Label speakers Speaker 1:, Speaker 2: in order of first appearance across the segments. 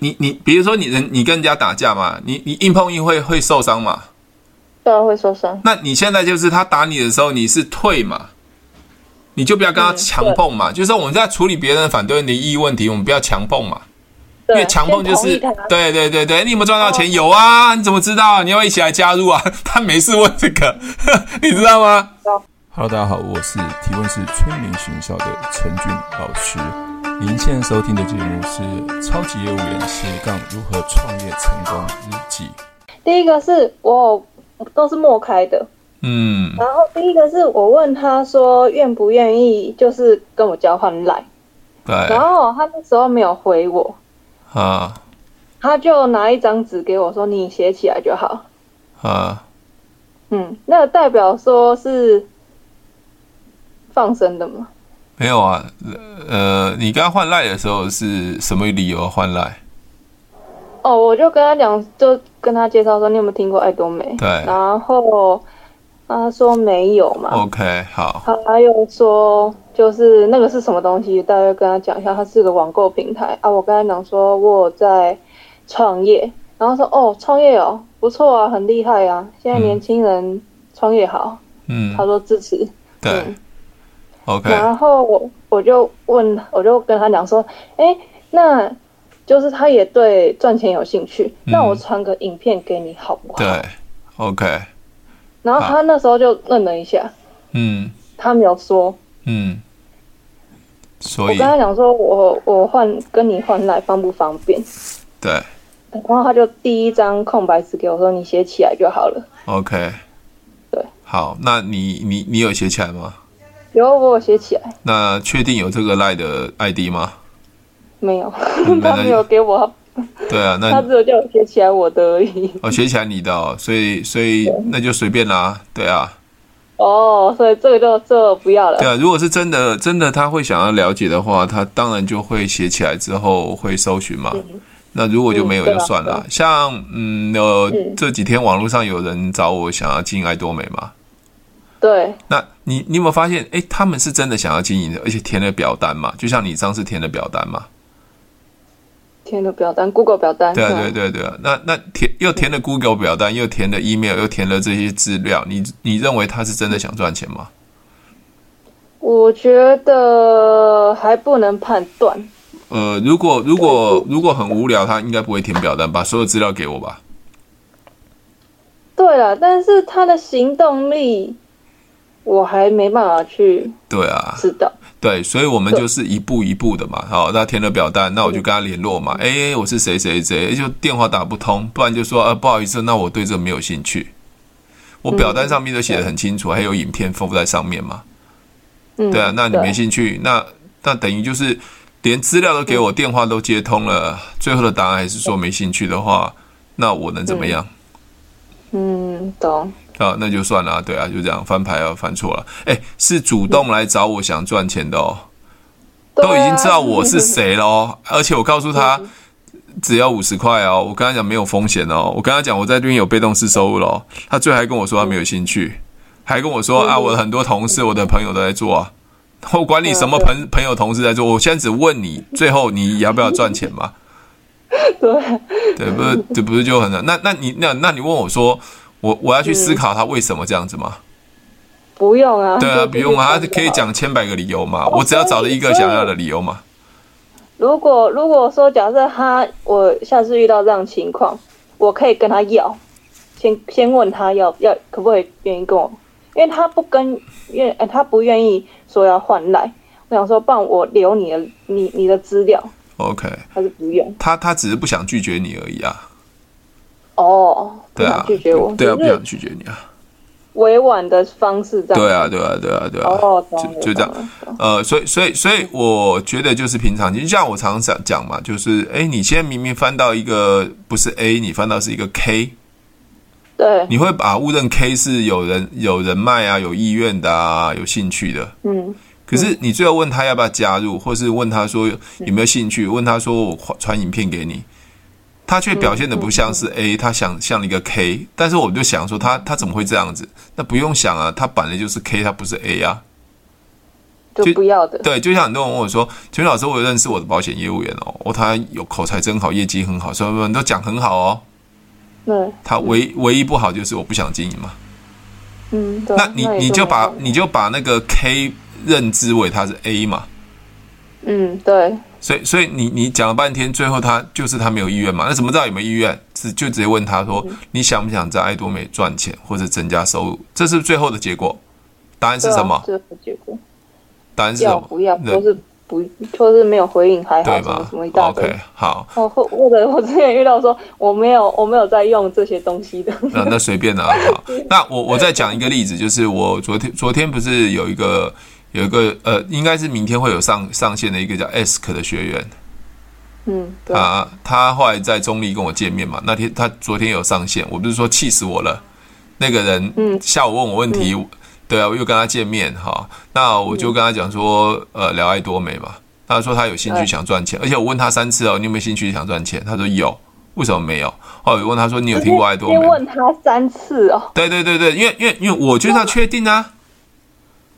Speaker 1: 你你，比如说你人你跟人家打架嘛，你你硬碰硬会会受伤嘛。
Speaker 2: 对啊，会受伤。
Speaker 1: 那你现在就是他打你的时候，你是退嘛，你就不要跟他
Speaker 2: 嗯
Speaker 1: 强碰嘛。就是我们在处理别人反对的异议问题，我们不要强碰嘛，因
Speaker 2: 对，啊
Speaker 1: 为强碰就
Speaker 2: 先
Speaker 1: 是
Speaker 2: 同意他
Speaker 1: 对对对对，你有没有赚到钱？有啊，你怎么知道？你要不要一起来加入啊？ 他没事问这个， 你知道吗？Hello，大家好，我是提问是村民学校的陈俊老师。您现在收听的节目是《超级业务员斜杠如何创业成功日记》。
Speaker 2: 第一个是我都是默开的，
Speaker 1: 嗯，
Speaker 2: 然后第一个是我问他说愿不愿意，就是跟我交换赖，
Speaker 1: 对
Speaker 2: 然后他那时候没有回我，
Speaker 1: 啊
Speaker 2: 他就拿一张纸给我说你写起来就好。
Speaker 1: 啊，
Speaker 2: 嗯，那代表说是放生的嘛？
Speaker 1: 没有啊，呃，你刚换赖的时候是什么理由换赖？
Speaker 2: 哦，我就跟他讲，就跟他介绍说你有没有听过爱多美？
Speaker 1: 对
Speaker 2: 然后他说没有
Speaker 1: 啊哦
Speaker 2: 嘛。
Speaker 1: ？OK，好，
Speaker 2: 他又说，就是那个是什么东西，大概跟他讲一下，它是个网购平台啊。我跟他讲说，我有在创业，然后说哦，创业哦，不错啊，很厉害啊，现在年轻人创业好。
Speaker 1: 嗯哎
Speaker 2: 他，说支持，
Speaker 1: 对
Speaker 2: 嗯
Speaker 1: ，OK，
Speaker 2: 然后我我就问，我就跟他讲说，哎，那就是他也对赚钱有兴趣，
Speaker 1: 嗯
Speaker 2: 那我传个影片给你好不好？
Speaker 1: 对，OK，
Speaker 2: 哦然后他那时候就愣了一下，
Speaker 1: 嗯
Speaker 2: 他没有说，
Speaker 1: 嗯，
Speaker 2: 我
Speaker 1: 所
Speaker 2: 跟
Speaker 1: 以
Speaker 2: 他讲说我，我换跟你换来方不方便？
Speaker 1: 对
Speaker 2: 然后他就第一张空白纸给我说，你写起来就好了。
Speaker 1: ，OK，
Speaker 2: 对，
Speaker 1: 好，那你你你有写起来吗？
Speaker 2: 有我有写起来，
Speaker 1: 那确定有这个赖的 ID 吗？
Speaker 2: 没有，
Speaker 1: 嗯
Speaker 2: 他没有给我，
Speaker 1: 对啊，
Speaker 2: 他
Speaker 1: 那
Speaker 2: 只有叫我写起来我的而已。
Speaker 1: 我写起来你的、哦，所以所以那就随便啦，对啊，
Speaker 2: 哦，所以这个就这不要了
Speaker 1: 对。啊。如果是真的真的他会想要了解的话，他当然就会写起来之后会搜寻嘛。那如果就没有
Speaker 2: 嗯嗯对啊
Speaker 1: 就算了。
Speaker 2: 对
Speaker 1: 像嗯呃
Speaker 2: 嗯
Speaker 1: 这几天网络上有人找我想要进爱多美嘛，
Speaker 2: 对
Speaker 1: 那你你有没有发现，诶，他们是真的想要经营的，而且填了表单嘛，就像你上次填的表单嘛，
Speaker 2: 填的表单，Google 表单。
Speaker 1: 对啊，
Speaker 2: 是吗
Speaker 1: 对对对啊，那那填又填了 Google 表单，又填了 email，又填了这些资料，你你认为他是真的想赚钱吗？
Speaker 2: 我觉得还不能判断。
Speaker 1: 呃，如果如果如果很无聊，他应该不会填表单，把所有资料给我吧。
Speaker 2: 对了，但是他的行动力，我还没办法去
Speaker 1: 对啊，
Speaker 2: 知道。
Speaker 1: 对，嗯所以我们就是一步一步的嘛。好，那填了表单，那我就跟他联络嘛。哎，我是谁谁谁，就电话打不通，不然就说呃不好意思，那我对这没有兴趣。我表单上面都写的很清楚，还有影片附在上面嘛。
Speaker 2: 嗯，
Speaker 1: 对啊，那你没兴趣，那那等于就是连资料都给我，电话都接通了，最后的答案还是说没兴趣的话，那我能怎么样？
Speaker 2: 嗯，懂。
Speaker 1: 啊，那就算了啊、对啊，就这样翻牌啊，翻错了，哎，是主动来找我想赚钱的哦，都
Speaker 2: 对
Speaker 1: 已
Speaker 2: 啊
Speaker 1: 经知道我是。谁了 哦，而且我告诉他只要五十块哦，我跟他讲没有风险哦，我跟他讲我在这边有被动式收入了哦，他最后还跟我说他没有兴趣，还跟我说啊，我的很多同事、我的朋友都在做啊，我管你什么朋朋友同事在做，我现在只问你，最后你要不要赚钱 嘛？
Speaker 2: 对，
Speaker 1: 对，不是，这不是就很难？那那你那那你问我说，我我要去思考他为什么这样子吗？
Speaker 2: 不用啊。
Speaker 1: 对啊，
Speaker 2: 就
Speaker 1: 不用啊，他
Speaker 2: 自己
Speaker 1: 可以
Speaker 2: 就好了。
Speaker 1: 讲千百个理由嘛，我只要找了一个想要的理由嘛。
Speaker 2: 如果如果说假设他，我下次遇到这样情况，我可以跟他要，先先问他要要可不可以愿意跟我，因为他不跟愿、呃他不愿意说要换来，我想说，不然我留你的你你的资料，
Speaker 1: OK，
Speaker 2: 他是不用
Speaker 1: 他他只是不想拒绝你而已啊，
Speaker 2: 哦，不
Speaker 1: 对
Speaker 2: 想
Speaker 1: 啊，
Speaker 2: 拒绝我，
Speaker 1: 对啊，
Speaker 2: 只
Speaker 1: 不
Speaker 2: 是
Speaker 1: 想拒绝你啊，
Speaker 2: 委婉的方式这样，
Speaker 1: 对啊，对啊，对啊，对啊，
Speaker 2: 哦，懂了
Speaker 1: 就就这样
Speaker 2: 懂了懂了
Speaker 1: 呃，所以所以所以，我觉得就是平常心，就像我常常讲嘛，就是哎，你现在明明翻到一个不是 A，你翻到是一个 K，
Speaker 2: 对，
Speaker 1: 你会把误认 K 是有人有人脉啊，有意愿的啊，有兴趣的，
Speaker 2: 嗯，
Speaker 1: 可是你最后问他要不要加入，或是问他说有没有兴趣，问他说我传影片给你，他却表现的不像是 A，他想像一个 K，但是我就想说他他怎么会这样子？那不用想啊，他本来就是 K，他不是 A 啊，
Speaker 2: 就
Speaker 1: 就
Speaker 2: 不要的。
Speaker 1: 对，就像很多人问我说：“请问老师，我有认识我的保险业务员哦，哦，他有口才真好，业绩很好，什么什么都讲很好哦。
Speaker 2: 对，
Speaker 1: 他唯唯一不好就是我不想经营嘛。
Speaker 2: 嗯，对。
Speaker 1: 那你
Speaker 2: 也
Speaker 1: 你
Speaker 2: 是
Speaker 1: 就
Speaker 2: 没
Speaker 1: 把
Speaker 2: 办法
Speaker 1: 你就把那个 K 认知为他是 A 嘛。
Speaker 2: 嗯，对，
Speaker 1: 所以所以你你讲了半天，最后他就是他没有意愿嘛。那怎么知道有没有意愿？是就直接问他
Speaker 2: 嗯
Speaker 1: 说：你想不想在爱多美赚钱或者增加收入？这是最后的结果。答案是
Speaker 2: 对啊
Speaker 1: 什么？
Speaker 2: 这个结果
Speaker 1: 答案是什
Speaker 2: 要
Speaker 1: 么？
Speaker 2: 不要，
Speaker 1: 对
Speaker 2: 或是不，或是没有回应还好，
Speaker 1: 对
Speaker 2: 什么
Speaker 1: 吗
Speaker 2: 什么一大堆。
Speaker 1: ？OK，好。
Speaker 2: 哦，或或者我之前遇到说我没有我没有在用这些东西的，
Speaker 1: 那那随便啦、 好，那我我再讲一个例子，就是我昨天昨天不是有一个有一个呃，应该是明天会有上上线的一个叫 ESK 的学员，
Speaker 2: 嗯，对，
Speaker 1: 他他后来在中立跟我见面嘛，那天他昨天有上线，我不是说气死我了，那个人
Speaker 2: 嗯
Speaker 1: 下午问我问题，对啊，我又跟他见面哈，那我就跟他讲说，呃，聊爱多美嘛，他说他有兴趣
Speaker 2: 嗯对
Speaker 1: 想赚钱，而且我问他三次哦，你有没有兴趣想赚钱？他说有，为什么没有？哦，我问他说你有听过爱多
Speaker 2: 直
Speaker 1: 美
Speaker 2: 接
Speaker 1: 吗？
Speaker 2: 哎问他三次哦，
Speaker 1: 对对对对，因为因为因为我就是要确定啊。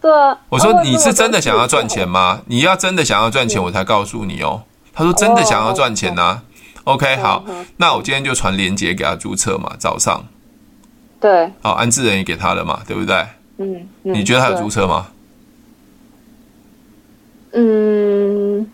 Speaker 2: 对啊，
Speaker 1: 我
Speaker 2: 啊
Speaker 1: 说
Speaker 2: 问
Speaker 1: 你
Speaker 2: 这么
Speaker 1: 是真的
Speaker 2: 多次
Speaker 1: 想要赚钱吗？你要真的想要赚钱，我才告诉你哦。他说真的想要赚钱呐、OK，好
Speaker 2: 嗯嗯，
Speaker 1: 那我今天就传链接给他注册嘛，早上，
Speaker 2: 对，
Speaker 1: 好，安置人也给他了嘛，对不对？
Speaker 2: 嗯，嗯
Speaker 1: 你觉得他有注
Speaker 2: 对
Speaker 1: 册吗？
Speaker 2: 嗯，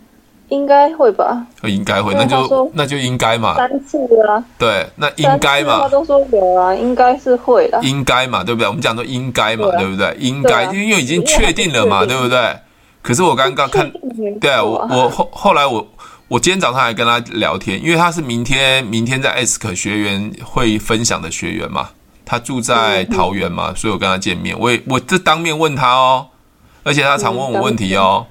Speaker 2: 应该会吧，
Speaker 1: 呃应该会，
Speaker 2: 因
Speaker 1: 那
Speaker 2: 为他
Speaker 1: 就
Speaker 2: 说
Speaker 1: 那就应该嘛，
Speaker 2: 三次啊，
Speaker 1: 对，那应
Speaker 2: 三次
Speaker 1: 该
Speaker 2: 他
Speaker 1: 嘛，
Speaker 2: 都说有啊，应该是会的，
Speaker 1: 应该嘛，对不对？我们讲说应该嘛，
Speaker 2: 对啊
Speaker 1: 对不对？应该，
Speaker 2: 对啊
Speaker 1: 因为因为已经确定了嘛，
Speaker 2: 因为他
Speaker 1: 对不
Speaker 2: 是确定
Speaker 1: 对？可是我刚刚看
Speaker 2: 确定没
Speaker 1: 对啊，
Speaker 2: 错
Speaker 1: 我
Speaker 2: 啊
Speaker 1: 我后后来我我今天早上还跟他聊天，因为他是明天明天在 ESK 学员会分享的学员嘛，他住
Speaker 2: 嗯
Speaker 1: 在桃园嘛，所以我跟他见面，我也我这当面问他哦，而且他常问我问题哦。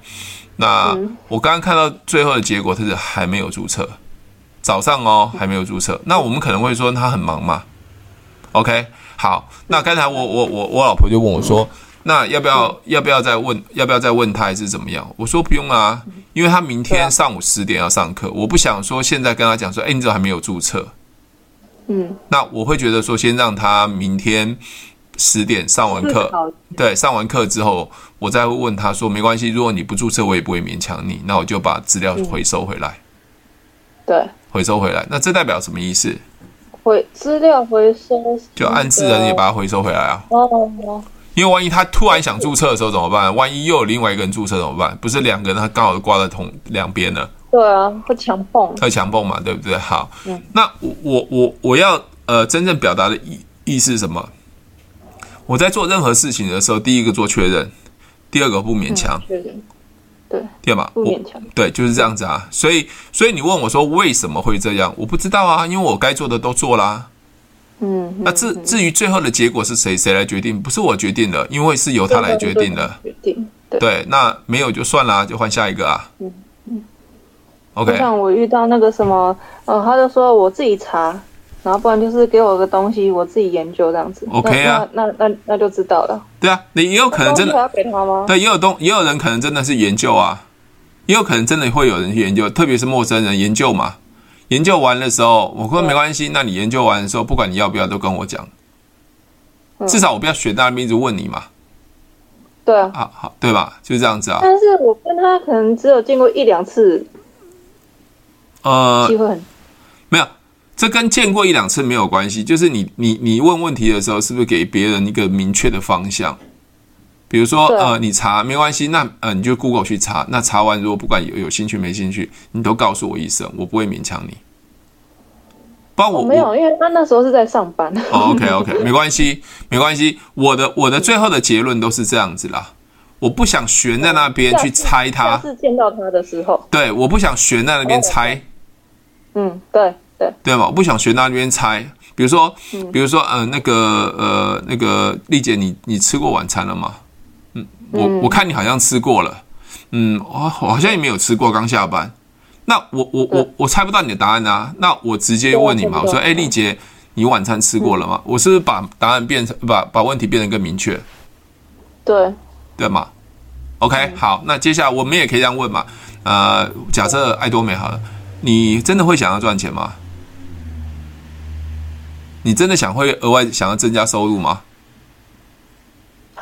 Speaker 1: 那
Speaker 2: 嗯
Speaker 1: 我刚刚看到最后的结果，他是还没有注册，早上哦还没有注册。那我们可能会说他很忙嘛，OK，好，那刚才我我我我老婆就问我说，
Speaker 2: 嗯
Speaker 1: 那要不要要不要再问要不要再问他还是怎么样？我说不用啊，因为他明
Speaker 2: 对
Speaker 1: 天
Speaker 2: 啊
Speaker 1: 上午十点要上课，我不想说现在跟他讲说，哎，你怎么还没有注册？
Speaker 2: 嗯，
Speaker 1: 那我会觉得说，先让他明天十点上完课
Speaker 2: 思，考
Speaker 1: 对，上完课之后，我再会问他说，没关系，如果你不注册，我也不会勉强你，那我就把资料回收回来，
Speaker 2: 对，
Speaker 1: 回收回来。那这代表什么意思？
Speaker 2: 回资料回收是
Speaker 1: 就安置人也把它回收回来啊，
Speaker 2: 哦哦，
Speaker 1: 因为万一他突然想注册的时候怎么办？万一又有另外一个人注册怎么办？不是两个人他刚好挂在同两边呢？
Speaker 2: 对啊，会强碰，
Speaker 1: 特强泵嘛，对不对？好，
Speaker 2: 嗯
Speaker 1: 那我我我我要呃，真正表达的意意思是什么？我在做任何事情的时候，第一个做确认，第二个不勉强，
Speaker 2: 确实，对，
Speaker 1: 对吧？
Speaker 2: 嗯不
Speaker 1: 我
Speaker 2: 勉强，
Speaker 1: 对，就是这样子啊。所以所以你问我说为什么会这样？我不知道啊，因为我该做的都做啦。
Speaker 2: 嗯，
Speaker 1: 那至至于最后的结果是谁谁来决定，不是我决定的，因为是由他来决定的。，
Speaker 2: 决定，对。
Speaker 1: 对，那没有就算啦，就换下一个啊。
Speaker 2: 嗯
Speaker 1: OK，
Speaker 2: 就像我遇到那个什么，呃，他就说我自己查，然后不然就是给我个东西，我自己研究这样子。
Speaker 1: OK 啊
Speaker 2: 那那那那那就知道了。
Speaker 1: 对啊，你也有可能真的
Speaker 2: 那东西还要给他吗？
Speaker 1: 对，也有东，也有人可能真的是研究啊，也有可能真的会有人去研究，特别是陌生人研究嘛。研究完的时候，我说
Speaker 2: 对
Speaker 1: 没关系，那你研究完的时候，不管你要不要，都跟我讲，
Speaker 2: 嗯
Speaker 1: 至少我不要学大面一直问你嘛，
Speaker 2: 对啊，
Speaker 1: 啊，好，对吧？就是这样子啊，
Speaker 2: 但是我跟他可能只有见过一两次，
Speaker 1: 呃
Speaker 2: 机，会很
Speaker 1: 没有，这跟见过一两次没有关系，就是你你你问问题的时候，是不是给别人一个明确的方向？比如说，
Speaker 2: 对啊
Speaker 1: 呃，你查没关系，那呃你就 Google 去查，那查完如果不管有有兴趣没兴趣，你都告诉我一声，我不会勉强你。不然我、
Speaker 2: 哦没有，因为他那时候是在上班。
Speaker 1: 哦，OK OK，没关系，没关系。我的我的最后的结论都是这样子啦，我不想悬在那边去猜
Speaker 2: 下
Speaker 1: 它，
Speaker 2: 次哦见到他的时候，
Speaker 1: 对，我不想悬在那边猜。
Speaker 2: 嗯，对对，
Speaker 1: 对吗？我不想学那边猜。比如说，
Speaker 2: 嗯
Speaker 1: 比如说，呃，那个，呃，那个丽姐，你你吃过晚餐了吗？嗯，我我看你好像吃过了，嗯，我我好像也没有吃过，刚下班。那我我我我猜不到你的答案啊，那我直接问你嘛，我
Speaker 2: 对
Speaker 1: 说，
Speaker 2: 我
Speaker 1: 哎，
Speaker 2: 猜不到
Speaker 1: 丽姐，你晚餐吃过了吗？我是不是把答案变成把把问题变得更明确？
Speaker 2: 对，
Speaker 1: 对吗？OK，、好，那接下来我们也可以这样问嘛。呃，假设爱多美好了，你真的会想要赚钱吗？你真的想会额外想要增加收入吗？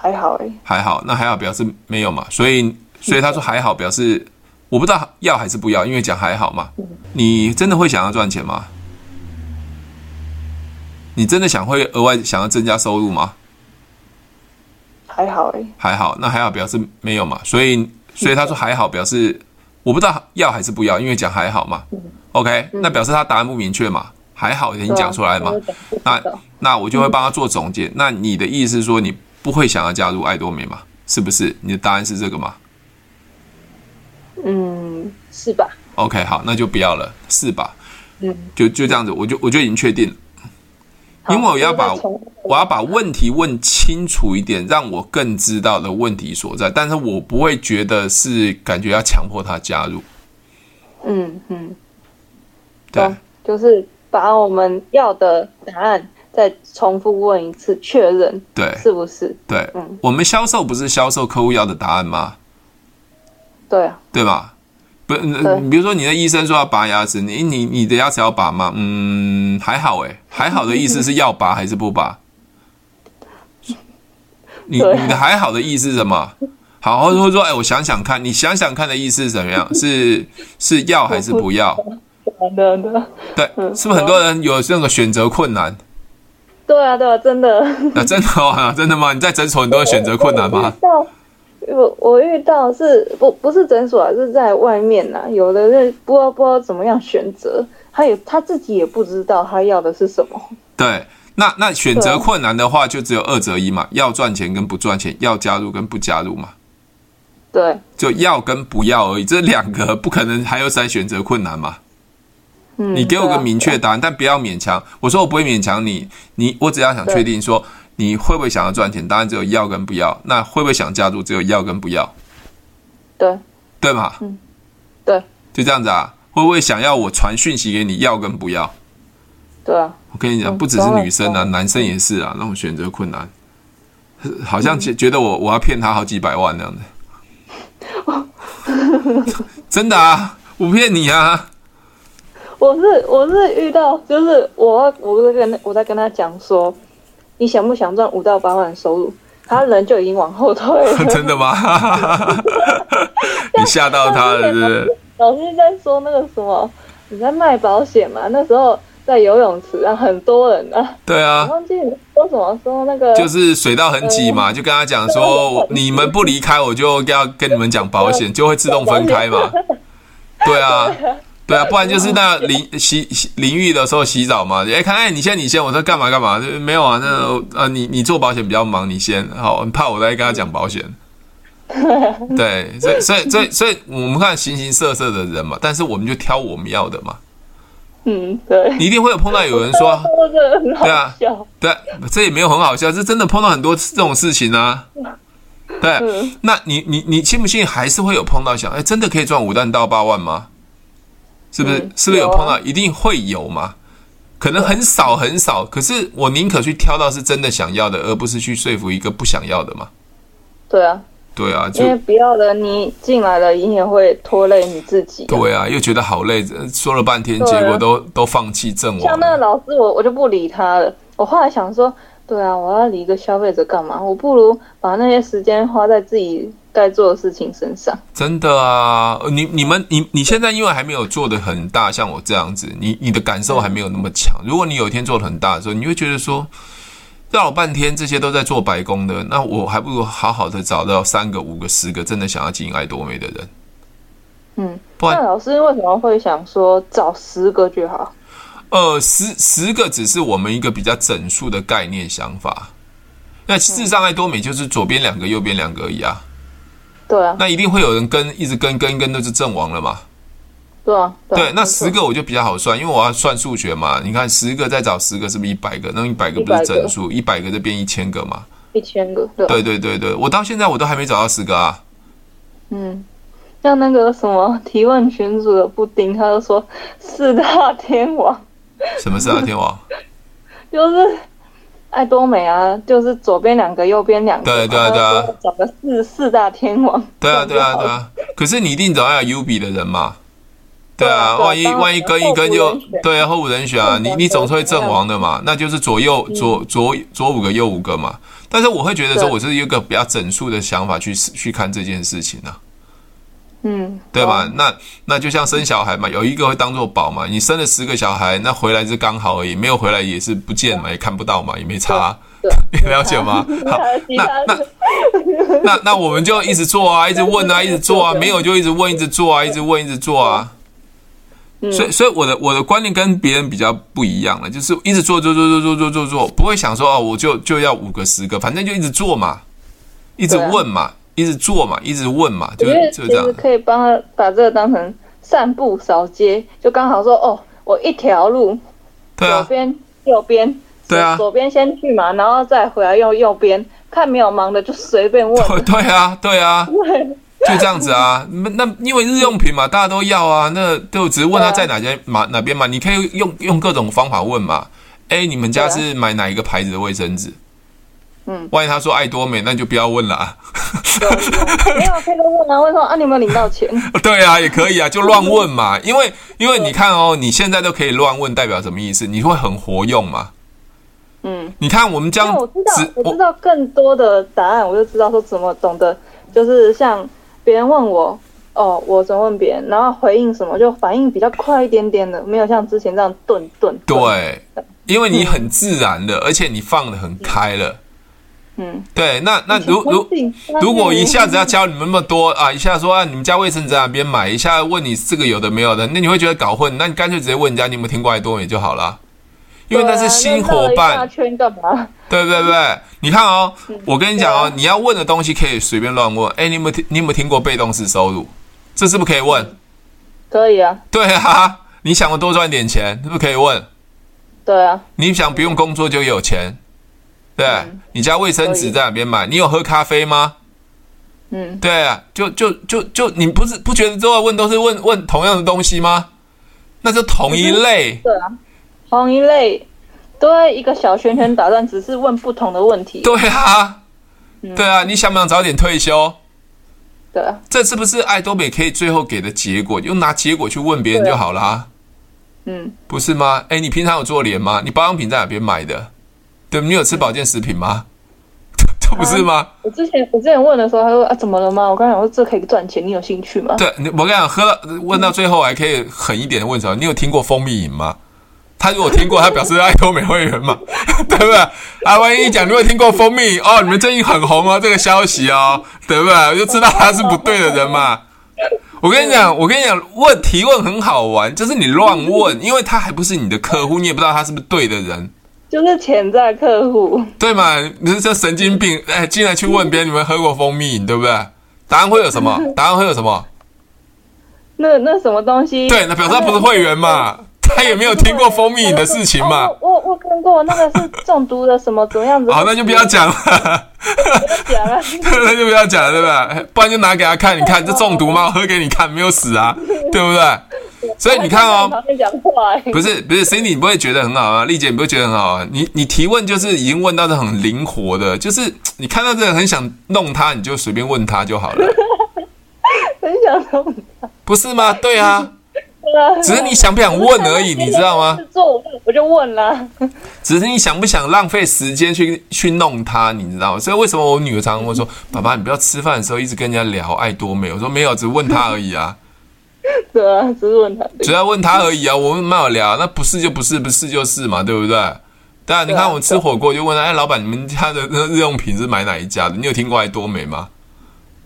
Speaker 2: 还好哎、
Speaker 1: 还好，那还好，表示没有嘛。所以所以他说还好，表示我不知道要还是不要，因为讲还好嘛。你真的会想要赚钱吗？你真的想会额外想要增加收入吗？
Speaker 2: 还好哎、
Speaker 1: 还好，那还好表示没有嘛。所以，所以他说还好，表示我不知道要还是不要，因为讲还好嘛。OK，那
Speaker 2: 嗯
Speaker 1: 表示他答案不明确嘛，还好已经讲出来嘛。
Speaker 2: 对啊？我
Speaker 1: 那
Speaker 2: 讲不知道
Speaker 1: 那我就会帮他做总结。那你的意思是说你不会想要加入爱多美吗？是不是？你的答案是这个吗
Speaker 2: 嗯，是吧？
Speaker 1: ？OK，好，那就不要了，是吧？
Speaker 2: 嗯，
Speaker 1: 就就这样子，我就我就已经确定了，
Speaker 2: 好
Speaker 1: 因为我要把
Speaker 2: 那再从
Speaker 1: 我要把问题问清楚一点，让我更知道的问题所在。但是我不会觉得是感觉要强迫他加入，
Speaker 2: 嗯嗯，
Speaker 1: 对。
Speaker 2: 懂就是把我们要的答案再重复问一次，确认
Speaker 1: 对
Speaker 2: 是不是？
Speaker 1: 对，
Speaker 2: 嗯
Speaker 1: 我们销售不是销售客户要的答案吗？
Speaker 2: 对啊，
Speaker 1: 对吧？不，
Speaker 2: 对
Speaker 1: 嗯比如说你的医生说要拔牙齿，你你你的牙齿要拔吗？嗯，还好诶，还好的意思是要拔还是不 拔？你
Speaker 2: 对
Speaker 1: 你的还好的意思是什么？好，或者说，哎，我想想看，你想想看的意思是怎么 样？是是要还是不要？
Speaker 2: 真的真的，
Speaker 1: 对，
Speaker 2: 嗯
Speaker 1: 是不是很多人有那个选择困 难？
Speaker 2: 对啊对啊，真的。
Speaker 1: 那、真的哦，真的吗？你在诊所很多人选择困难吗？
Speaker 2: 我遇到我我遇到是不不是诊所啊，是在外面呐、有的是不知道不知道怎么样选择，他也他自己也不知道他要的是什么。
Speaker 1: 对，那那选择
Speaker 2: 对
Speaker 1: 困难的话，就只有二择一嘛，要赚钱跟不赚钱，要加入跟不加入嘛，
Speaker 2: 对，
Speaker 1: 就要跟不要而已，这两个不可能还有再选择困难嘛。
Speaker 2: 嗯，
Speaker 1: 你给我个明
Speaker 2: 对啊，
Speaker 1: 确答案，但不要勉强。我说我不会勉强你，你我只要想
Speaker 2: 对
Speaker 1: 确定说你会不会想要赚钱，当然只有要跟不要。那会不会想加入，只有要跟不要，
Speaker 2: 对
Speaker 1: 对吗？
Speaker 2: 嗯对
Speaker 1: 就这样子啊。会不会想要我传讯息给你要跟不要？
Speaker 2: 对啊，
Speaker 1: 我跟你讲，
Speaker 2: 嗯
Speaker 1: 不只是女生
Speaker 2: 当
Speaker 1: 啊，
Speaker 2: 然
Speaker 1: 男生也是啊，那种选择困难，好像觉觉得我我要骗他好几百万那样的，真的啊，我骗你啊，
Speaker 2: 我是我是遇到，就是我我在跟我在跟他讲说，你想不想赚五到八万的收入？他人就已经往后退 了。
Speaker 1: 真的吗？你吓到他了，是不是？
Speaker 2: 老师在说那个什么，你在卖保险嘛？那时候在游泳池啊，很多人啊，
Speaker 1: 对
Speaker 2: 我
Speaker 1: 啊，
Speaker 2: 忘记你说什么说那 个，
Speaker 1: 就是水到很挤嘛，就跟他讲说，我你们不离开，我就要跟你们讲保险，就会自动分开嘛。对啊，对啊，不然就是那淋洗洗淋浴的时候洗澡嘛，哎，看，哎，你先，你先，我说干嘛干嘛，没有啊，那呃，你你做保险比较忙，你先，好，很怕我在跟他讲保险。对，所以所以所以所以我们看形形色色的人嘛，但是我们就挑我们要的嘛。
Speaker 2: 嗯，对，
Speaker 1: 你一定会有碰到有人说，
Speaker 2: 说的很好笑，
Speaker 1: 啊对，啊这也没有很好笑，这真的碰到很多这种事情啊。对，
Speaker 2: 嗯
Speaker 1: 那你你你信不信还是会有碰到想，哎，真的可以赚五万到八万吗？是不是？
Speaker 2: 嗯
Speaker 1: 是不是有
Speaker 2: 有啊
Speaker 1: 碰到？一定会有嘛？可能很少很少，可是我宁可去挑到是真的想要的，而不是去说服一个不想要的嘛。
Speaker 2: 对啊，
Speaker 1: 对啊，就
Speaker 2: 因为不要的你进来了，你也会拖累你自己、啊。
Speaker 1: 对啊，又觉得好累，呃说了半天，
Speaker 2: 对啊
Speaker 1: 结果都都放弃阵亡
Speaker 2: 像那
Speaker 1: 了。
Speaker 2: 个老师我，我就不理他了。我后来想说，对啊，我要理一个消费者干嘛？我不如把那些时间花在自己该做的事情身上。
Speaker 1: 真的啊，呃你你们你你现在因为还没有做的很大，像我这样子，你你的感受还没有那么强。如果你有一天做的很大的时候，你会觉得说，绕了半天这些都在做白工的，那我还不如好好的找到三个、五个、十个真的想要经营爱多美的人。
Speaker 2: 嗯，
Speaker 1: 不然
Speaker 2: 那老师为什么会想说找十个就好？
Speaker 1: 呃，十十个只是我们一个比较整数的概念想法。那事实上，爱多美就是左边两个，右边两个而已啊。
Speaker 2: 对啊，
Speaker 1: 那一定会有人跟，一直跟跟跟，都是阵亡了嘛。
Speaker 2: 对啊，啊
Speaker 1: 对，那
Speaker 2: 没错
Speaker 1: 十个我就比较好算，因为我要算数学嘛。你看，十个再找十个，是不是一百个？那一百个不是
Speaker 2: 100个
Speaker 1: 整数，一百个就变一千个嘛。
Speaker 2: 一千个，对啊
Speaker 1: 对对对对，我到现在我都还没找到十个啊。
Speaker 2: 嗯，像那个什么提问群组的布丁，他就说四大天王
Speaker 1: 什么是啊，天王？
Speaker 2: 就是爱多美啊，就是左边两个，右边两个嘛，
Speaker 1: 对对啊对啊
Speaker 2: 他就说找个四四大天王。
Speaker 1: 对啊，对啊，对
Speaker 2: 啊。
Speaker 1: 啊。可是你一定找到有 U 比的人嘛？对啊，
Speaker 2: 对啊
Speaker 1: 万一
Speaker 2: 当然
Speaker 1: 万一跟一跟
Speaker 2: 后
Speaker 1: 就
Speaker 2: 补人选
Speaker 1: 对啊，后五人选啊，
Speaker 2: 对
Speaker 1: 你
Speaker 2: 对
Speaker 1: 你
Speaker 2: 对
Speaker 1: 总是会
Speaker 2: 嗯
Speaker 1: 阵亡的嘛，那就是左右左左左五个右五个嘛。但是我会觉得说，
Speaker 2: 对
Speaker 1: 我是一个比较整数的想法去去看这件事情啊。
Speaker 2: 嗯，
Speaker 1: 对
Speaker 2: 好
Speaker 1: 嘛？
Speaker 2: 啊？
Speaker 1: 那那就像生小孩嘛，有一个会当做宝嘛。你生了十个小孩，那回来是刚好而已，没有回来也是不见嘛，也看不到嘛，也没差、
Speaker 2: 啊 对，啊
Speaker 1: 你了解 吗？好，
Speaker 2: 那其
Speaker 1: 那
Speaker 2: 他
Speaker 1: 那
Speaker 2: 的
Speaker 1: 那那我们就一直做啊，一直问啊，一直做啊，没有就一直问，一直做啊，一直问，一直做啊。
Speaker 2: 嗯
Speaker 1: 所以，所以我的我的观念跟别人比较不一样了，就是一直做做做做做做做做，不会想说哦，我就就要五个十个，反正就一直做嘛，一直
Speaker 2: 对啊
Speaker 1: 问嘛，一直做嘛，一直问嘛，
Speaker 2: 我
Speaker 1: 就
Speaker 2: 觉
Speaker 1: 就
Speaker 2: 得其
Speaker 1: 这样
Speaker 2: 实。可以帮他把这个当成散步扫街，就刚好说哦，我一条路，
Speaker 1: 对
Speaker 2: 左
Speaker 1: 啊，
Speaker 2: 边、右边，
Speaker 1: 对啊
Speaker 2: 左左边先去嘛，然后再回来用右边，看没有忙的就随便问。
Speaker 1: 对对啊，对啊， 就这样子啊。那那因为日用品嘛，大家都要啊，那就只是问他在
Speaker 2: 对啊
Speaker 1: 哪间嘛哪边嘛，你可以用用各种方法问嘛。哎，你们家
Speaker 2: 对啊
Speaker 1: 是买哪一个牌子的卫生纸？
Speaker 2: 嗯，
Speaker 1: 万一他说爱多美，那就不要问了啊。
Speaker 2: 没有，可以问啊，问说啊，你有没有领到钱？
Speaker 1: 对啊，也可以啊，就乱问嘛。因为因为你看哦，你现在都可以乱问，代表什么意思？你会很活用嘛？
Speaker 2: 嗯，
Speaker 1: 你看我们这
Speaker 2: 那
Speaker 1: 样
Speaker 2: 我知道
Speaker 1: 只，
Speaker 2: 我知道更多的答案，我就知道说怎么懂得，就是像别人问我。哦，我怎么问别人，然后回应什么就反应比较快一点点的，没有像之前这样顿顿。顿，
Speaker 1: 对，因为你很自然的，而且你放的很开了。
Speaker 2: 嗯，
Speaker 1: 对，那那如
Speaker 2: 很
Speaker 1: 如
Speaker 2: 紧张
Speaker 1: 如果
Speaker 2: 欸
Speaker 1: 一下子要教你们那么多啊，一下说啊你们家卫生纸在哪边买，一下问你这个有的没有的，那你会觉得搞混。那你干脆直接问人家你有没有听过爱多美就好了，因为那是新伙
Speaker 2: 对啊那绕了一
Speaker 1: 伴
Speaker 2: 大。圈干嘛？
Speaker 1: 对不对？对不对你看哦，我跟你讲
Speaker 2: 对
Speaker 1: 哦
Speaker 2: 啊，
Speaker 1: 你要问的东西可以随便乱问。哎，你有没有听？你有没有听过被动式收入？这是不是可以问？
Speaker 2: 嗯可以啊，
Speaker 1: 对啊，你想多赚点钱，是不是可以问？
Speaker 2: 对啊，
Speaker 1: 你想不用工作就有钱，对？你家卫生纸在哪边买？你有喝咖啡吗？
Speaker 2: 嗯，
Speaker 1: 对啊，就就就就你不是不觉得都要问都是问问同样的东西吗？那就同一类，
Speaker 2: 对啊，同一类都在一个小圈圈打转，只是问不同的问题。
Speaker 1: 对啊，
Speaker 2: 嗯
Speaker 1: 对啊，你想不想早点退休？
Speaker 2: 对啊，
Speaker 1: 这是不是爱多美可以最后给的结果？用拿结果去问别人就好啦，
Speaker 2: 嗯，
Speaker 1: 不是吗？哎，你平常有做脸吗？你保养品在哪边买的？对，你有吃保健食品吗？ 这不是吗？
Speaker 2: 我之前我之前问的时候，他说啊怎么了吗？我刚想说这可以赚钱，你有兴趣吗？
Speaker 1: 对，你我跟你讲，喝到问到最后还可以狠一点地问什么？你有听过蜂蜜饮吗？他如果听过，他表示爱多美会员嘛， 对不对？啊，万一一讲你有听过蜂蜜饮哦，你们最近很红哦，这个消息哦，对不对？我就知道他是不对的人嘛。我跟你讲，我跟你讲，问提问很好玩，就是你乱问，因为他还不是你的客户，你也不知道他是不是对的人，
Speaker 2: 就是潜在客户，
Speaker 1: 对嘛？你是这神经病，哎，进来去问别人你们喝过蜂蜜饮，对不对？答案会有什么？答案会有什么？
Speaker 2: 那那什么东 西？
Speaker 1: 对，那表示他不是会员嘛，他也没有听过蜂蜜饮的事情嘛
Speaker 2: 哦。我我我看过那个是中毒的什么怎么样子？
Speaker 1: 好，那就不要讲了，
Speaker 2: 讲啊了。
Speaker 1: 那就不要讲了，对吧？不然就拿给他看，你看这中毒吗？我喝给你看，没有死啊，对不对？所以你看
Speaker 2: 我
Speaker 1: 哦，
Speaker 2: 还 在旁边讲话欸，
Speaker 1: 不是不是，Cindy 你不会觉得很好啊，丽姐你不会觉得很好啊？你你提问就是已经问到是很灵活的，就是你看到这个很想弄他，你就随便问他就好了，
Speaker 2: 很想中毒
Speaker 1: 不是吗？对啊，
Speaker 2: 啊。
Speaker 1: 只是你想不想问 而已，你知道吗？？
Speaker 2: 做我就问啦。
Speaker 1: 只是你想不想浪费时间去去弄它，你知道吗？所以为什么我女儿常常会说：“爸爸，你不要吃饭的时候一直跟人家聊爱多美。”我说：“没有，只问她而已 啊，
Speaker 2: 对啊，只是问他。
Speaker 1: 只要问她而已啊，我们没有聊，那不是就不是，不是就是嘛，对不对？”对啊，你看我吃火锅就问他：“哎，老板，你们家的那日用品是买哪一家的？你有听过爱多美吗？”